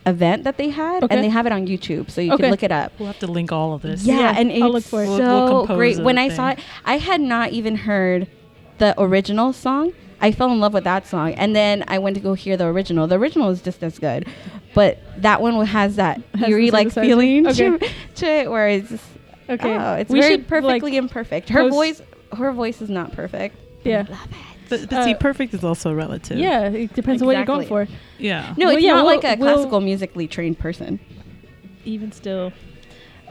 Speaker 3: event that they had,
Speaker 2: Okay.
Speaker 3: and they have it on YouTube, so you
Speaker 2: Okay.
Speaker 3: can look it up.
Speaker 1: We'll have to link all of this.
Speaker 3: Yeah,
Speaker 2: Yeah,
Speaker 3: and it's
Speaker 2: I'll look for it.
Speaker 3: so
Speaker 1: We'll- we'll compose
Speaker 3: great.
Speaker 1: a
Speaker 3: When I saw it,
Speaker 1: thing.
Speaker 3: I had not even heard the original song. I fell in love with that song, and then I went to go hear the original. The original is just as good, but that one has that
Speaker 2: Has the
Speaker 3: eerie
Speaker 2: same
Speaker 3: like
Speaker 2: side-
Speaker 3: feeling
Speaker 2: okay.
Speaker 3: to, to it, where it's just,
Speaker 2: Okay.
Speaker 3: oh, it's
Speaker 2: We
Speaker 3: very
Speaker 2: should, like,
Speaker 3: perfectly imperfect. Her
Speaker 2: post-
Speaker 3: voice, her voice is not perfect.
Speaker 2: Yeah.
Speaker 1: But, but see,
Speaker 2: Uh,
Speaker 1: perfect is also relative.
Speaker 2: Yeah, it depends on what you're going
Speaker 3: Exactly.
Speaker 2: for.
Speaker 1: Yeah.
Speaker 3: No,
Speaker 2: Well,
Speaker 3: it's
Speaker 2: yeah,
Speaker 3: not
Speaker 2: we'll-
Speaker 3: like a
Speaker 2: we'll-
Speaker 3: classical musically trained person.
Speaker 2: Even still,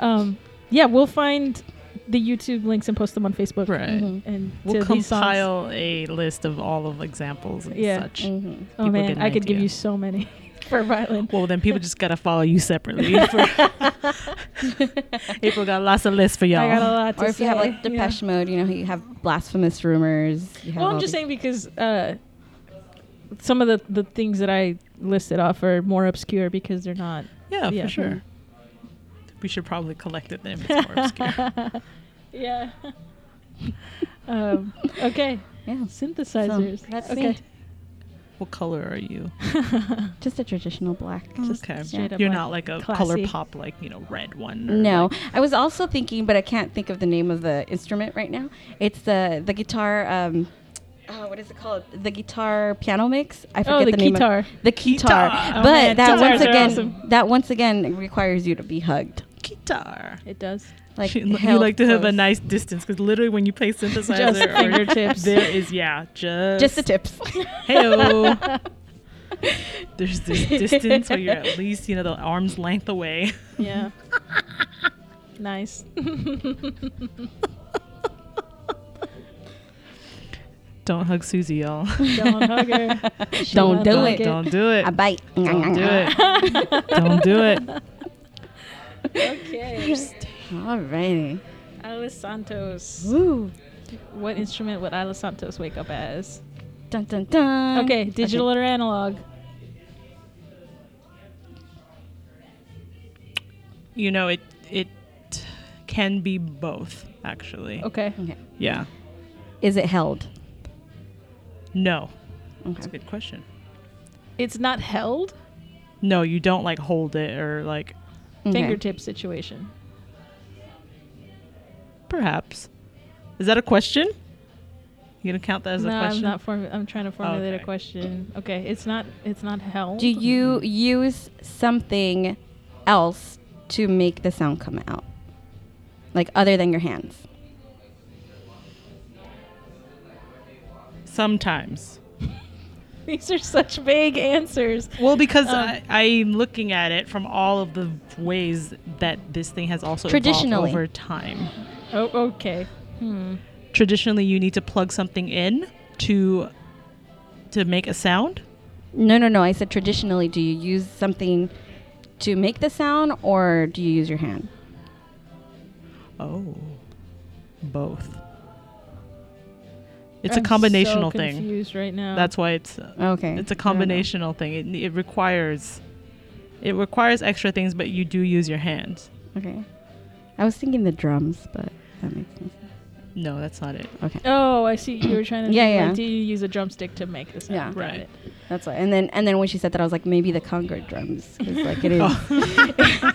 Speaker 2: um, yeah, we'll find the YouTube links and post them on Facebook.
Speaker 1: Right.
Speaker 3: Mhm.
Speaker 2: And
Speaker 1: We'll
Speaker 2: to these songs.
Speaker 1: compile a list of all of examples and
Speaker 2: Yeah.
Speaker 1: such.
Speaker 3: Mhm.
Speaker 2: Oh
Speaker 1: people
Speaker 2: man,
Speaker 1: get an
Speaker 2: I could give
Speaker 1: idea.
Speaker 2: you so many for violin.
Speaker 1: Well, then people just gotta follow you separately. for- April got lots of lists for y'all.
Speaker 2: I got a lot to
Speaker 3: Or if you have
Speaker 2: say.
Speaker 3: like Depeche Mode, you know, you have blasphemous rumors. You have
Speaker 2: Well,
Speaker 3: all
Speaker 2: I'm just
Speaker 3: these-
Speaker 2: saying because uh, some of the, the things that I listed off are more obscure because they're not.
Speaker 1: yeah,
Speaker 2: Yeah.
Speaker 1: for sure. We should probably collect it then. If it's more obscure.
Speaker 2: yeah. um, okay.
Speaker 3: Yeah.
Speaker 2: Synthesizers.
Speaker 3: So, that's
Speaker 2: okay.
Speaker 3: me.
Speaker 1: what color are you?
Speaker 3: Just a traditional black.
Speaker 2: Just
Speaker 1: okay.
Speaker 2: straight up
Speaker 1: You're
Speaker 2: like
Speaker 1: not like a
Speaker 2: classy.
Speaker 1: color pop, like you know, red one. or
Speaker 3: No,
Speaker 1: like-
Speaker 3: I was also thinking, but I can't think of the name of the instrument right now. It's the the guitar. Um, oh, what is it called? The guitar piano mix. I forget
Speaker 2: Oh, the,
Speaker 3: the, name.
Speaker 2: guitar.
Speaker 3: Of, the guitar.
Speaker 1: Guitar.
Speaker 2: Oh,
Speaker 3: but
Speaker 2: man,
Speaker 3: that
Speaker 2: guitars
Speaker 3: once
Speaker 2: are
Speaker 3: again,
Speaker 2: awesome.
Speaker 3: that once again requires you to be hugged.
Speaker 1: guitar.
Speaker 2: It does.
Speaker 3: Like
Speaker 1: She- you
Speaker 3: held
Speaker 1: like to have a
Speaker 3: close.
Speaker 1: nice distance because literally when you play synthesizer, or-
Speaker 2: fingertips.
Speaker 1: There is yeah, just
Speaker 3: Just the tips.
Speaker 1: Heyo. There's this distance where you're at least you know the arm's length away.
Speaker 2: Yeah. nice.
Speaker 1: Don't hug Susie, y'all.
Speaker 2: Don't hug her. She
Speaker 3: Don't
Speaker 2: won't
Speaker 3: do
Speaker 2: like
Speaker 3: it.
Speaker 1: Don't do it.
Speaker 3: I bite.
Speaker 1: Don't do it. Don't do it.
Speaker 2: Okay.
Speaker 3: Alrighty.
Speaker 2: Alice Santos.
Speaker 3: Woo.
Speaker 2: What instrument would Alice Santos wake up as?
Speaker 3: Dun dun dun.
Speaker 2: Okay, digital or analog?
Speaker 1: You know it. It can be both actually.
Speaker 2: Okay.
Speaker 3: Okay. Okay.
Speaker 1: Yeah.
Speaker 3: Is it held?
Speaker 1: No. That's a
Speaker 3: Okay.
Speaker 1: good question.
Speaker 2: It's not held?
Speaker 1: No, you don't like hold it or like
Speaker 3: Okay.
Speaker 2: Fingertip situation.
Speaker 1: perhaps. Is that a question? You gonna count that as
Speaker 2: no,
Speaker 1: a question?
Speaker 2: I'm not form- I'm trying to formulate
Speaker 1: Okay.
Speaker 2: a question. Okay, it's not it's not held.
Speaker 3: Do you use something else to make the sound come out? Like other than your hands?
Speaker 1: Sometimes.
Speaker 2: These are such vague answers.
Speaker 1: Well, because
Speaker 2: Um,
Speaker 1: I, I'm looking at it from all of the ways that this thing has also
Speaker 3: Traditionally.
Speaker 1: evolved over time.
Speaker 2: Oh, okay. Hmm.
Speaker 1: Traditionally, you need to plug something in to to make a sound.
Speaker 3: No, no, no. I said traditionally, do you use something to make the sound or do you use your hand?
Speaker 1: Oh, both. It's
Speaker 2: I'm
Speaker 1: a combinational
Speaker 2: so
Speaker 1: thing.
Speaker 2: Confused right now.
Speaker 1: That's why it's uh,
Speaker 3: Okay.
Speaker 1: it's
Speaker 3: I
Speaker 1: a
Speaker 3: don't know.
Speaker 1: combinational thing. It, it requires it requires extra things, but you do use your hands.
Speaker 3: Okay. I was thinking the drums, but that makes no sense.
Speaker 1: No, that's not it.
Speaker 3: Okay.
Speaker 2: Oh, I see. You were trying to.
Speaker 3: Yeah,
Speaker 2: think,
Speaker 3: yeah.
Speaker 2: Like, do you use a drumstick to make this?
Speaker 3: Yeah.
Speaker 1: Right.
Speaker 3: That's why. And then and then when she said that, I was like, maybe the Congo drums. 'cause, like it is.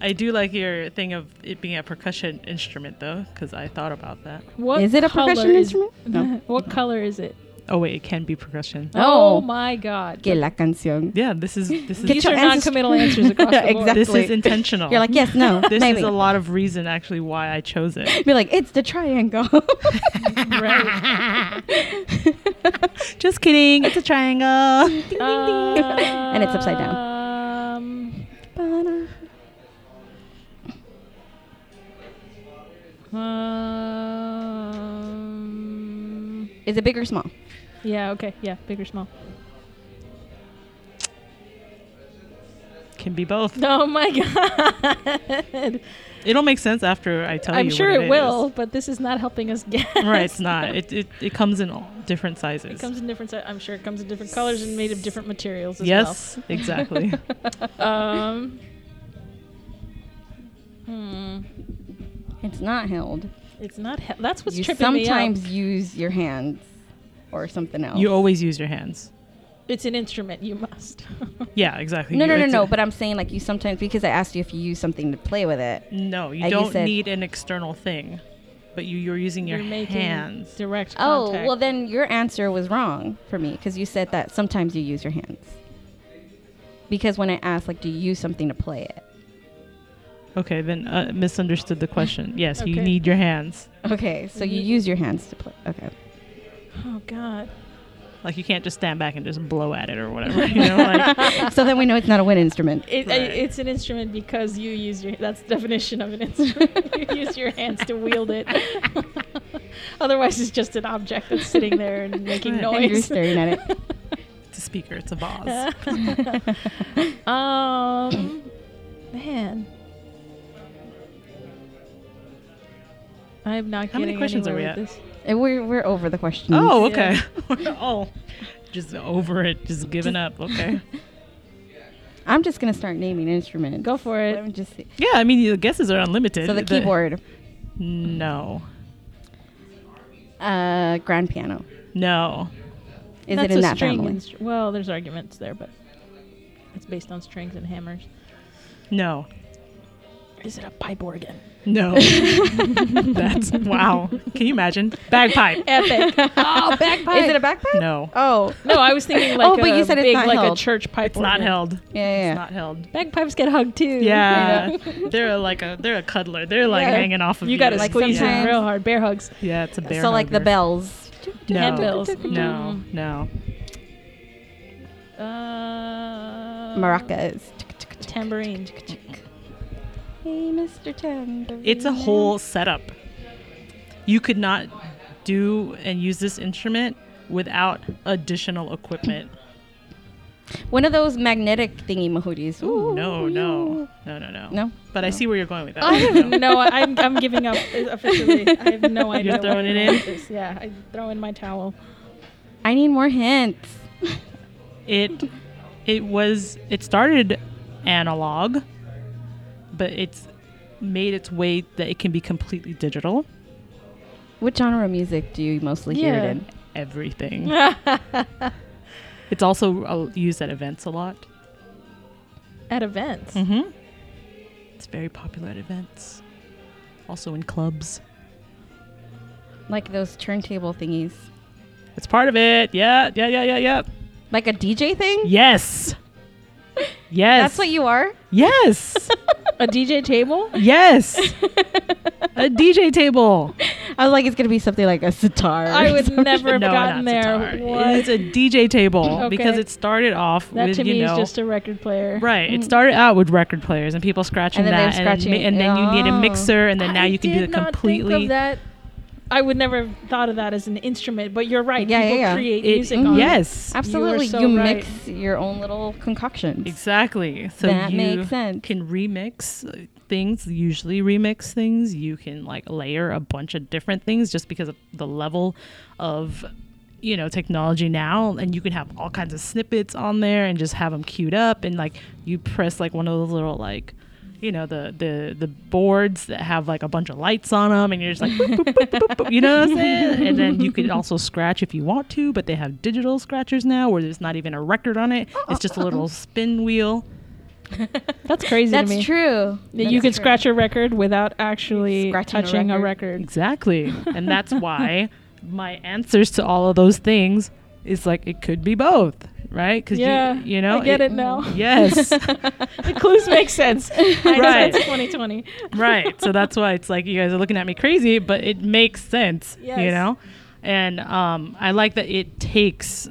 Speaker 1: I do like your thing of it being a percussion instrument, though, because I thought about that.
Speaker 2: What
Speaker 3: Is it a
Speaker 2: color
Speaker 3: percussion
Speaker 2: is-
Speaker 3: instrument? No.
Speaker 2: what color is it?
Speaker 1: Oh wait, it can be percussion.
Speaker 3: Oh.
Speaker 2: my God.
Speaker 3: Que la canción.
Speaker 1: Yeah, this is this
Speaker 3: Get
Speaker 1: is
Speaker 2: These
Speaker 3: your
Speaker 2: are
Speaker 3: answers-
Speaker 2: non-committal answers across the board.
Speaker 3: Exactly.
Speaker 1: this is intentional.
Speaker 3: You're like, yes, no,
Speaker 1: this
Speaker 3: maybe.
Speaker 1: is a lot of reason actually why I chose it.
Speaker 3: Be like, it's the triangle.
Speaker 2: right.
Speaker 1: Just kidding, it's a triangle.
Speaker 3: And it's upside down.
Speaker 2: Um, um,
Speaker 3: Is it big or small?
Speaker 2: yeah. Okay. Yeah. Big or small?
Speaker 1: Can be both.
Speaker 2: Oh my God.
Speaker 1: It'll make sense after I tell
Speaker 2: I'm
Speaker 1: you.
Speaker 2: sure
Speaker 1: what
Speaker 2: it,
Speaker 1: it is.
Speaker 2: will, but this is not helping us guess.
Speaker 1: Right, it's not. It, it it comes in all different sizes.
Speaker 2: It comes in different. si- I'm sure it comes in different colors and made of different materials as
Speaker 1: yes, exactly.
Speaker 2: well. Um, Hmm.
Speaker 3: It's not held.
Speaker 2: It's not. He- that's what's
Speaker 3: you
Speaker 2: tripping
Speaker 3: sometimes
Speaker 2: me up.
Speaker 3: use your hands or something else.
Speaker 1: You always use your hands.
Speaker 2: It's an instrument. You must.
Speaker 1: Yeah, exactly.
Speaker 3: no,
Speaker 1: You-
Speaker 3: no, no,
Speaker 1: it's
Speaker 3: no.
Speaker 1: a-
Speaker 3: But I'm saying like you sometimes because I asked you if you use something to play with it.
Speaker 1: no, you
Speaker 3: Like you
Speaker 1: don't
Speaker 3: said-
Speaker 1: need an external thing, but you you're using your
Speaker 2: You're making
Speaker 1: hands.
Speaker 2: direct
Speaker 3: Oh,
Speaker 2: contact.
Speaker 3: well then your answer was wrong for me because you said that sometimes you use your hands. Because when I asked like, do you use something to play it?
Speaker 1: Okay, then uh, misunderstood the question. Yes, you
Speaker 2: Okay.
Speaker 1: need your hands.
Speaker 3: Okay, so you
Speaker 2: Mhm.
Speaker 3: use your hands to play. Okay.
Speaker 2: Oh God.
Speaker 1: Like you can't just stand back and just blow at it or whatever. You know, like
Speaker 3: so then we know it's not a wind instrument.
Speaker 2: It, I-
Speaker 1: Right.
Speaker 2: it's an instrument because you use your. That's the definition of an instrument. you use your hands to wield it. Otherwise, it's just an object that's sitting there and making
Speaker 1: Right.
Speaker 2: noise.
Speaker 3: And you're staring at it.
Speaker 1: it's a speaker, it's a vase.
Speaker 2: um, man. I'm not
Speaker 1: How many
Speaker 2: getting
Speaker 1: questions are
Speaker 2: anywhere
Speaker 1: we
Speaker 2: with this.
Speaker 3: And we're we're over the question.
Speaker 1: Oh, okay.
Speaker 2: Yeah.
Speaker 1: oh, just over it, just giving up. Okay.
Speaker 3: I'm just gonna start naming instruments.
Speaker 2: Go for
Speaker 3: Let me
Speaker 2: it.
Speaker 3: just see.
Speaker 1: Yeah, I mean the guesses are unlimited.
Speaker 3: So the keyboard,
Speaker 1: No,
Speaker 3: uh, grand piano.
Speaker 1: no.
Speaker 3: Is
Speaker 2: That's
Speaker 3: it in
Speaker 2: a
Speaker 3: that
Speaker 2: string
Speaker 3: family?
Speaker 2: instru- well, there's arguments there, but it's based on strings and hammers.
Speaker 1: No.
Speaker 2: Is it a pipe organ?
Speaker 1: No. That's wow. Can you imagine? Bagpipe.
Speaker 2: Epic. oh, bagpipe.
Speaker 3: Is it a bagpipe?
Speaker 1: No.
Speaker 3: Oh,
Speaker 2: No, I was thinking like
Speaker 3: Oh, but
Speaker 2: a
Speaker 3: you said it's
Speaker 2: big,
Speaker 3: not
Speaker 2: like
Speaker 3: held.
Speaker 2: a church pipe.
Speaker 1: It's not
Speaker 2: organ.
Speaker 1: held.
Speaker 3: yeah, yeah,
Speaker 1: It's
Speaker 3: yeah.
Speaker 1: not held.
Speaker 2: Bagpipes get hugged too.
Speaker 1: Yeah.
Speaker 2: You know?
Speaker 1: They're like a they're a cuddler. They're like
Speaker 2: Yeah.
Speaker 1: hanging off of you.
Speaker 2: You gotta
Speaker 3: Like
Speaker 2: squeeze them
Speaker 3: sometimes-
Speaker 2: real hard. Bear hugs.
Speaker 1: Yeah, it's a bear.
Speaker 3: So like the
Speaker 1: hugger.
Speaker 3: bells.
Speaker 1: No.
Speaker 2: handbills.
Speaker 1: No. No.
Speaker 2: Mm. Uh,
Speaker 3: maracas.
Speaker 2: Tambourine.
Speaker 3: Hey, Mr. Tambourine.
Speaker 1: It's a
Speaker 3: Man.
Speaker 1: whole setup. You could not do and use this instrument without additional equipment.
Speaker 3: One of those magnetic thingy mahooties.
Speaker 1: Ooh, no, no, no, no, no. Oh.
Speaker 3: No?
Speaker 1: But I see where you're going with that.
Speaker 2: I have
Speaker 1: No.
Speaker 2: no. I'm, I'm giving up officially. I have no idea.
Speaker 1: You're throwing
Speaker 2: what
Speaker 1: it in?
Speaker 2: Is. Yeah, I throw in my towel.
Speaker 3: I need more hints.
Speaker 1: It it was it started analog, but it's made its way that it can be completely digital.
Speaker 3: What genre of music do you mostly hear it
Speaker 2: Yeah.
Speaker 3: in?
Speaker 1: Everything. it's also uh, used at events a lot.
Speaker 2: At events.
Speaker 1: Mm-hmm. It's very popular at events. Also in clubs.
Speaker 3: Like those turntable thingies.
Speaker 1: It's part of it. Yeah, yeah, yeah, yeah, yeah.
Speaker 3: Like a DJ thing?
Speaker 1: Yes. Yes.
Speaker 3: That's what you are?
Speaker 1: Yes.
Speaker 2: A DJ table.
Speaker 1: yes. A DJ table.
Speaker 3: I was like, it's going to be something like a sitar.
Speaker 2: I would never have
Speaker 1: no,
Speaker 2: gotten
Speaker 1: not
Speaker 2: there.
Speaker 1: sitar.
Speaker 2: What?
Speaker 1: It's a DJ table because
Speaker 2: Okay.
Speaker 1: it started off
Speaker 2: that
Speaker 1: with
Speaker 2: to me
Speaker 1: you know
Speaker 2: is just Mm. a record player.
Speaker 1: right. It started out with record players and people scratching
Speaker 3: And then
Speaker 1: that,
Speaker 3: they're
Speaker 1: and,
Speaker 3: scratching-
Speaker 1: then, and then you need a
Speaker 3: Oh.
Speaker 1: mixer, and then now
Speaker 2: I
Speaker 1: you can do
Speaker 2: did
Speaker 1: it
Speaker 2: not think of
Speaker 1: completely.
Speaker 2: that. I would never have thought of that as an instrument, but you're right.
Speaker 3: Yeah, yeah,
Speaker 2: people
Speaker 3: yeah.
Speaker 2: create
Speaker 1: It-
Speaker 2: music
Speaker 3: mhm.
Speaker 2: on it.
Speaker 1: yes,
Speaker 3: Absolutely. You,
Speaker 2: so right.
Speaker 3: mix your own little concoctions.
Speaker 1: exactly. So
Speaker 3: That
Speaker 1: you
Speaker 3: makes sense.
Speaker 1: can remix uh, things. Usually remix things. You can like layer a bunch of different things just because of the level of you know technology now and you can have all kinds of snippets on there and just have them queued up and like you press like one of those little like you know the the the boards that have like a bunch of lights on them and you're just like boop, boop, boop, boop, boop, you know what i'm saying and then you can also scratch if you want to but they have digital scratchers now where there's not even a record on it it's just a little spin wheel
Speaker 2: That's crazy
Speaker 3: That's
Speaker 2: to me.
Speaker 3: true.
Speaker 2: That you
Speaker 3: That's
Speaker 2: can
Speaker 3: true.
Speaker 2: scratch a record without actually
Speaker 3: Scratching a
Speaker 2: touching a
Speaker 3: record.
Speaker 2: record.
Speaker 1: Exactly. And that's why my answers to all of those things is like it could be both, right? Cuz
Speaker 2: Yeah,
Speaker 1: you you know
Speaker 2: I get it, now.
Speaker 1: Yes.
Speaker 2: the clues make sense.
Speaker 1: Right.
Speaker 2: right. 2020.
Speaker 1: right. So that's why it's like you guys are looking at me crazy, but it makes sense, you
Speaker 2: Yes.
Speaker 1: know? And um I like that it takes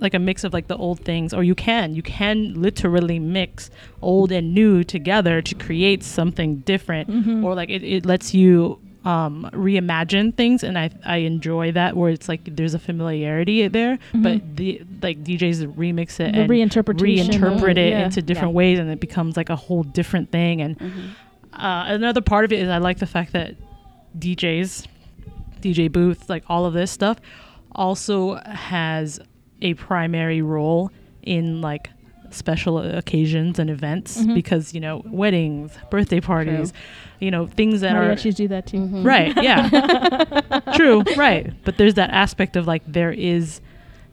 Speaker 1: like a mix of like the old things or you can you can literally mix old and new together to create something different
Speaker 2: Mm-hmm.
Speaker 1: or like it, it lets you um, reimagine things and I, I enjoy that where it's like there's a familiarity there but the like DJs remix it
Speaker 2: Mm-hmm. The
Speaker 1: and
Speaker 2: reinterpretation.
Speaker 1: reinterpret it
Speaker 2: Yeah.
Speaker 1: into different ways and it becomes like a whole different thing and
Speaker 3: Mm-hmm.
Speaker 1: uh, another part of it is I like the fact that DJs DJ booth, like all of this stuff, also has a primary role in like special occasions and events because you know weddings, birthday parties, you know things that are
Speaker 2: Mariachis Oh, do that too.
Speaker 1: Right. Yeah. True. Right. But there's that aspect of like there is,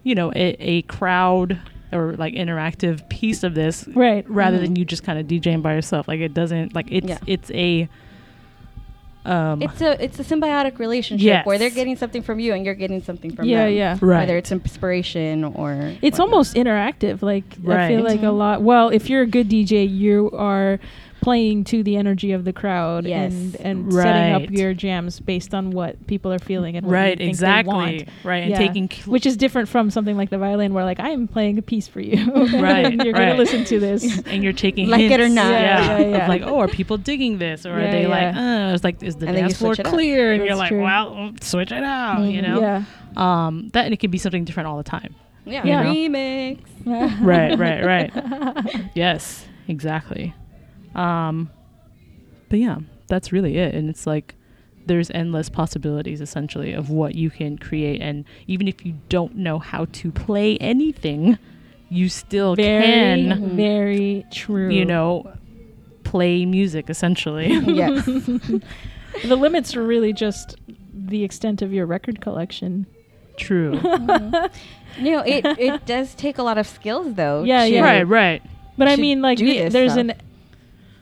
Speaker 1: you know, a, a crowd or like interactive piece of this,
Speaker 2: Right. mm-hmm.
Speaker 1: rather than you just kind of DJing by yourself. Like it doesn't like it's
Speaker 3: Yeah.
Speaker 1: it's a. Um,
Speaker 3: It's a it's a symbiotic relationship
Speaker 1: Yes.
Speaker 3: where they're getting something from you and you're getting something from
Speaker 2: Yeah,
Speaker 3: them.
Speaker 2: yeah.
Speaker 1: Right.
Speaker 3: Whether it's inspiration or
Speaker 2: It's
Speaker 3: whatnot.
Speaker 2: almost interactive. Like I
Speaker 1: Right.
Speaker 2: feel like a lot. Well, if you're a good DJ, you are playing to the energy of the crowd
Speaker 3: Yes.
Speaker 2: and and setting up
Speaker 1: Right.
Speaker 2: your jams based on what people are feeling and what you
Speaker 1: right.
Speaker 2: think they want.
Speaker 1: Exactly. Right. And
Speaker 2: Yeah.
Speaker 1: taking c-
Speaker 2: which is different from something like the violin where like I am playing a piece for you.
Speaker 1: Right,
Speaker 2: and you're going
Speaker 1: right.
Speaker 2: to listen to this.
Speaker 1: and you're taking
Speaker 3: Like it
Speaker 1: hints,
Speaker 3: or not.
Speaker 1: Yeah.
Speaker 2: Yeah, yeah, yeah.
Speaker 1: Of like, oh, are people digging this, or are
Speaker 2: Yeah,
Speaker 1: they like,
Speaker 2: yeah.
Speaker 1: uh, it's like, is the
Speaker 3: And then you
Speaker 1: dance floor
Speaker 3: switch it up.
Speaker 1: clear? And you're
Speaker 2: That's
Speaker 1: like,
Speaker 2: true. Mm-hmm.
Speaker 1: well, mm, switch it out. You know.
Speaker 2: Yeah.
Speaker 1: Um. That and it can be something different all the time.
Speaker 3: yeah,
Speaker 2: Yeah.
Speaker 3: remix.
Speaker 1: right, right, right. yes, exactly. Um, but yeah, that's really it. And it's like there's endless possibilities essentially of what you can create. And even if you don't know how to play anything, you still
Speaker 2: Very
Speaker 1: can,
Speaker 2: very true.
Speaker 1: you know, play music essentially.
Speaker 3: yeah.
Speaker 2: the limits are really just the extent of your record collection.
Speaker 1: True.
Speaker 3: You know, it it does take a lot of skills though.
Speaker 2: Yeah,
Speaker 3: to-
Speaker 2: yeah.
Speaker 1: right, right.
Speaker 2: But I
Speaker 3: should
Speaker 2: mean, like,
Speaker 3: do
Speaker 2: y-
Speaker 3: this
Speaker 2: there's
Speaker 3: stuff.
Speaker 2: an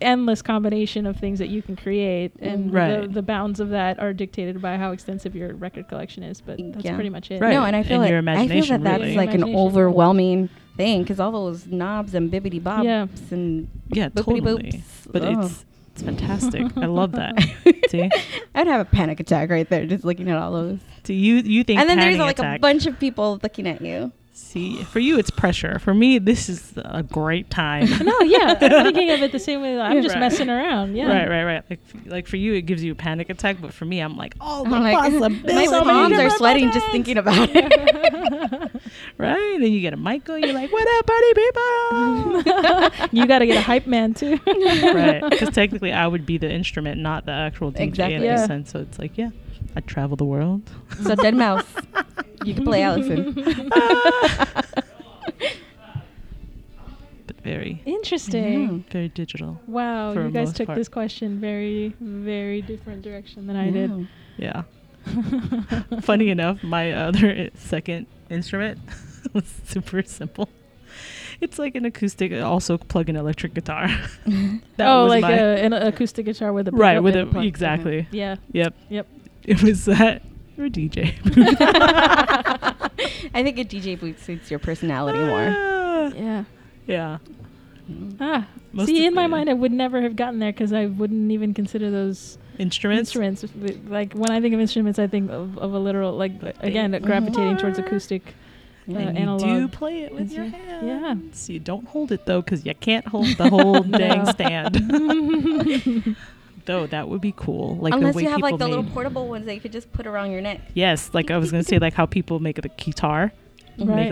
Speaker 2: endless combination of things that you can create, and the,
Speaker 1: Right.
Speaker 2: the bounds of that are dictated by how extensive your record collection is. But that's
Speaker 3: Yeah.
Speaker 2: pretty much it.
Speaker 1: Right.
Speaker 3: No, and I feel
Speaker 1: and
Speaker 3: like
Speaker 1: your
Speaker 3: I feel
Speaker 1: imagination,
Speaker 3: that that's
Speaker 1: really.
Speaker 3: like an
Speaker 2: Imagination.
Speaker 3: overwhelming thing because all those knobs and bibbity bobs
Speaker 2: Yeah.
Speaker 3: and
Speaker 1: Yeah,
Speaker 3: Boopity
Speaker 1: totally.
Speaker 3: boops.
Speaker 1: But
Speaker 3: Oh.
Speaker 1: it's it's fantastic. I love that. See?
Speaker 3: I'd have a panic attack right there just looking at all those.
Speaker 1: Do you you think
Speaker 3: and then there's
Speaker 1: panic
Speaker 3: like
Speaker 1: attack.
Speaker 3: a bunch of people looking at you.
Speaker 1: See, for you, it's pressure. For me, this is a great time.
Speaker 2: No, yeah, I'm thinking of it the same way. I'm just
Speaker 1: Right.
Speaker 2: messing around. Yeah.
Speaker 1: Right, right, right. Like, like for you, it gives you a panic attack, but for me, I'm like, oh, the
Speaker 3: I'm like, my
Speaker 1: possibilities.
Speaker 3: palms are sweating just thinking about it.
Speaker 1: right, and you get a mic going, you're like, what up, party people?
Speaker 2: You got to get a hype man too.
Speaker 1: right, because technically, I would be the instrument, not the actual DJ
Speaker 3: Exactly.
Speaker 1: in
Speaker 2: Yeah.
Speaker 1: a sense. So it's like, yeah, I travel the world.
Speaker 3: so dead mouse, you can play Allison.
Speaker 1: but very,
Speaker 2: Interesting.
Speaker 3: Mm-hmm.
Speaker 1: very digital.
Speaker 2: Wow,
Speaker 1: Mm-hmm. For
Speaker 2: you guys
Speaker 1: most
Speaker 2: took
Speaker 1: part.
Speaker 2: this question very, very different direction than I did.
Speaker 1: Yeah. Funny enough, my other second instrument was super simple. It's like an acoustic, also plug an electric guitar.
Speaker 3: Mm-hmm.
Speaker 1: that
Speaker 2: oh,
Speaker 1: was
Speaker 2: like
Speaker 1: my,
Speaker 2: a, an acoustic guitar with a
Speaker 1: right
Speaker 2: pickup
Speaker 1: with
Speaker 2: and
Speaker 1: a
Speaker 2: plug.
Speaker 1: exactly.
Speaker 2: Yeah.
Speaker 1: Yep,
Speaker 2: Yep.
Speaker 1: it was that or DJ booth.
Speaker 3: I think a DJ booth suits your personality more. Mm-hmm.
Speaker 2: Yeah.
Speaker 1: Yeah,
Speaker 2: Ah,
Speaker 1: Most
Speaker 2: see,
Speaker 1: of
Speaker 2: in my
Speaker 1: the-
Speaker 2: mind, I would never have gotten there because I wouldn't even consider those
Speaker 1: instruments.
Speaker 2: instruments. Like when I think of instruments, I think of, of a literal, like
Speaker 1: But they
Speaker 2: again, gravitating towards
Speaker 1: are.
Speaker 2: acoustic.
Speaker 3: Yeah.
Speaker 2: Uh,
Speaker 1: And you do
Speaker 2: analog.
Speaker 1: play it with your hands.
Speaker 2: Yeah.
Speaker 1: You don't hold it though, because you can't hold the whole dang
Speaker 2: No.
Speaker 1: stand. though that would be cool. Like
Speaker 3: Unless
Speaker 1: the way
Speaker 3: you have
Speaker 1: people
Speaker 3: like the
Speaker 1: made,
Speaker 3: little portable ones that you could just put around your neck.
Speaker 1: Yes, like I was gonna say, like how people make the guitar,
Speaker 2: Right.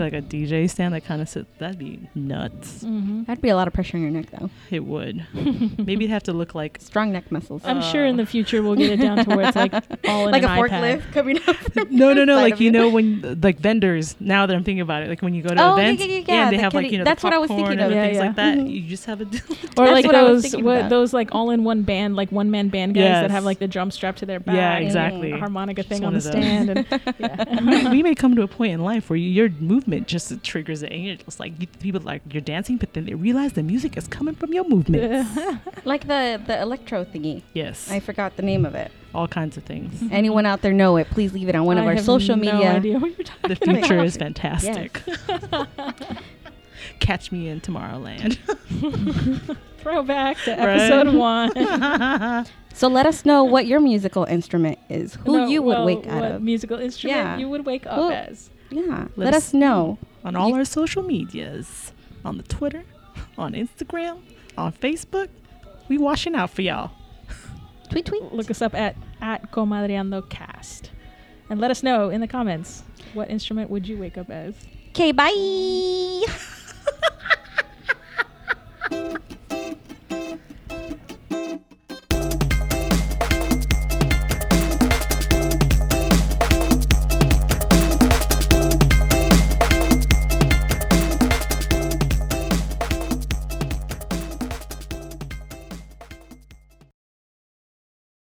Speaker 1: make like a DJ stand that kind of sit. That'd be nuts.
Speaker 2: Mhm.
Speaker 3: Mm-hmm. That'd be a lot of pressure on your neck though.
Speaker 1: It would. Maybe it'd have to look like
Speaker 3: Strong neck muscles.
Speaker 2: I'm sure
Speaker 1: Uh.
Speaker 2: in the future we'll get it down to where it's like all in
Speaker 3: like a
Speaker 2: an
Speaker 3: forklift
Speaker 2: iPad.
Speaker 3: coming up. from
Speaker 1: no, no,
Speaker 3: the
Speaker 1: no.
Speaker 3: side
Speaker 1: Like
Speaker 3: of
Speaker 1: you know when like vendors. Now that I'm thinking about it, like when you go to
Speaker 3: Oh, yeah,
Speaker 1: events
Speaker 3: yeah, yeah,
Speaker 1: and
Speaker 3: yeah,
Speaker 1: they
Speaker 3: the
Speaker 1: have like
Speaker 3: kitty-
Speaker 1: you know
Speaker 3: that's
Speaker 1: the
Speaker 3: what I was
Speaker 1: popcorn
Speaker 3: thinking
Speaker 1: and
Speaker 2: of. Yeah,
Speaker 1: things
Speaker 2: yeah.
Speaker 1: like that.
Speaker 3: Mhm.
Speaker 1: You just have a
Speaker 2: Or
Speaker 3: That's
Speaker 2: like
Speaker 3: what I
Speaker 2: those
Speaker 3: was thinking
Speaker 2: what,
Speaker 3: about.
Speaker 2: those like all in one band, like one man band guys
Speaker 1: Yes.
Speaker 2: that have like the drum strapped to their back.
Speaker 1: yeah,
Speaker 2: and
Speaker 1: exactly.
Speaker 2: A harmonica
Speaker 1: Just
Speaker 2: thing
Speaker 1: one
Speaker 2: on the
Speaker 1: of those.
Speaker 2: stand. And,
Speaker 1: we,
Speaker 2: yeah.
Speaker 1: we may come to a point in life where your movement just triggers it, and you're just like you, people like you're dancing, but then they realize the music is coming from your movement.
Speaker 3: Like the the electro thingy.
Speaker 1: yes,
Speaker 3: I forgot the name of it.
Speaker 1: all kinds of things.
Speaker 3: Anyone out there know it? Please leave it on one of
Speaker 2: Mm-hmm. I
Speaker 3: our
Speaker 2: have
Speaker 3: social
Speaker 2: no
Speaker 3: media.
Speaker 2: idea what you're talking
Speaker 1: The
Speaker 3: Oh my
Speaker 1: future
Speaker 3: gosh.
Speaker 1: is fantastic. Catch me in Tomorrowland.
Speaker 2: Throwback to
Speaker 1: Right.
Speaker 2: episode one.
Speaker 3: So let us know what your musical instrument is. Who
Speaker 2: No,
Speaker 3: you would
Speaker 2: well,
Speaker 3: wake out
Speaker 2: what
Speaker 3: of.
Speaker 2: musical instrument
Speaker 3: Yeah.
Speaker 2: you would wake up
Speaker 3: Well-
Speaker 2: as.
Speaker 3: yeah. Let,
Speaker 1: Let
Speaker 3: us,
Speaker 1: us
Speaker 3: know.
Speaker 1: on all our social medias on the twitter on instagram on facebook we washing out for y'all
Speaker 3: Tweet tweet.
Speaker 2: Look us up at at Comadreando Cast, and let us know in the comments what instrument would you wake up as.
Speaker 3: Okay, bye.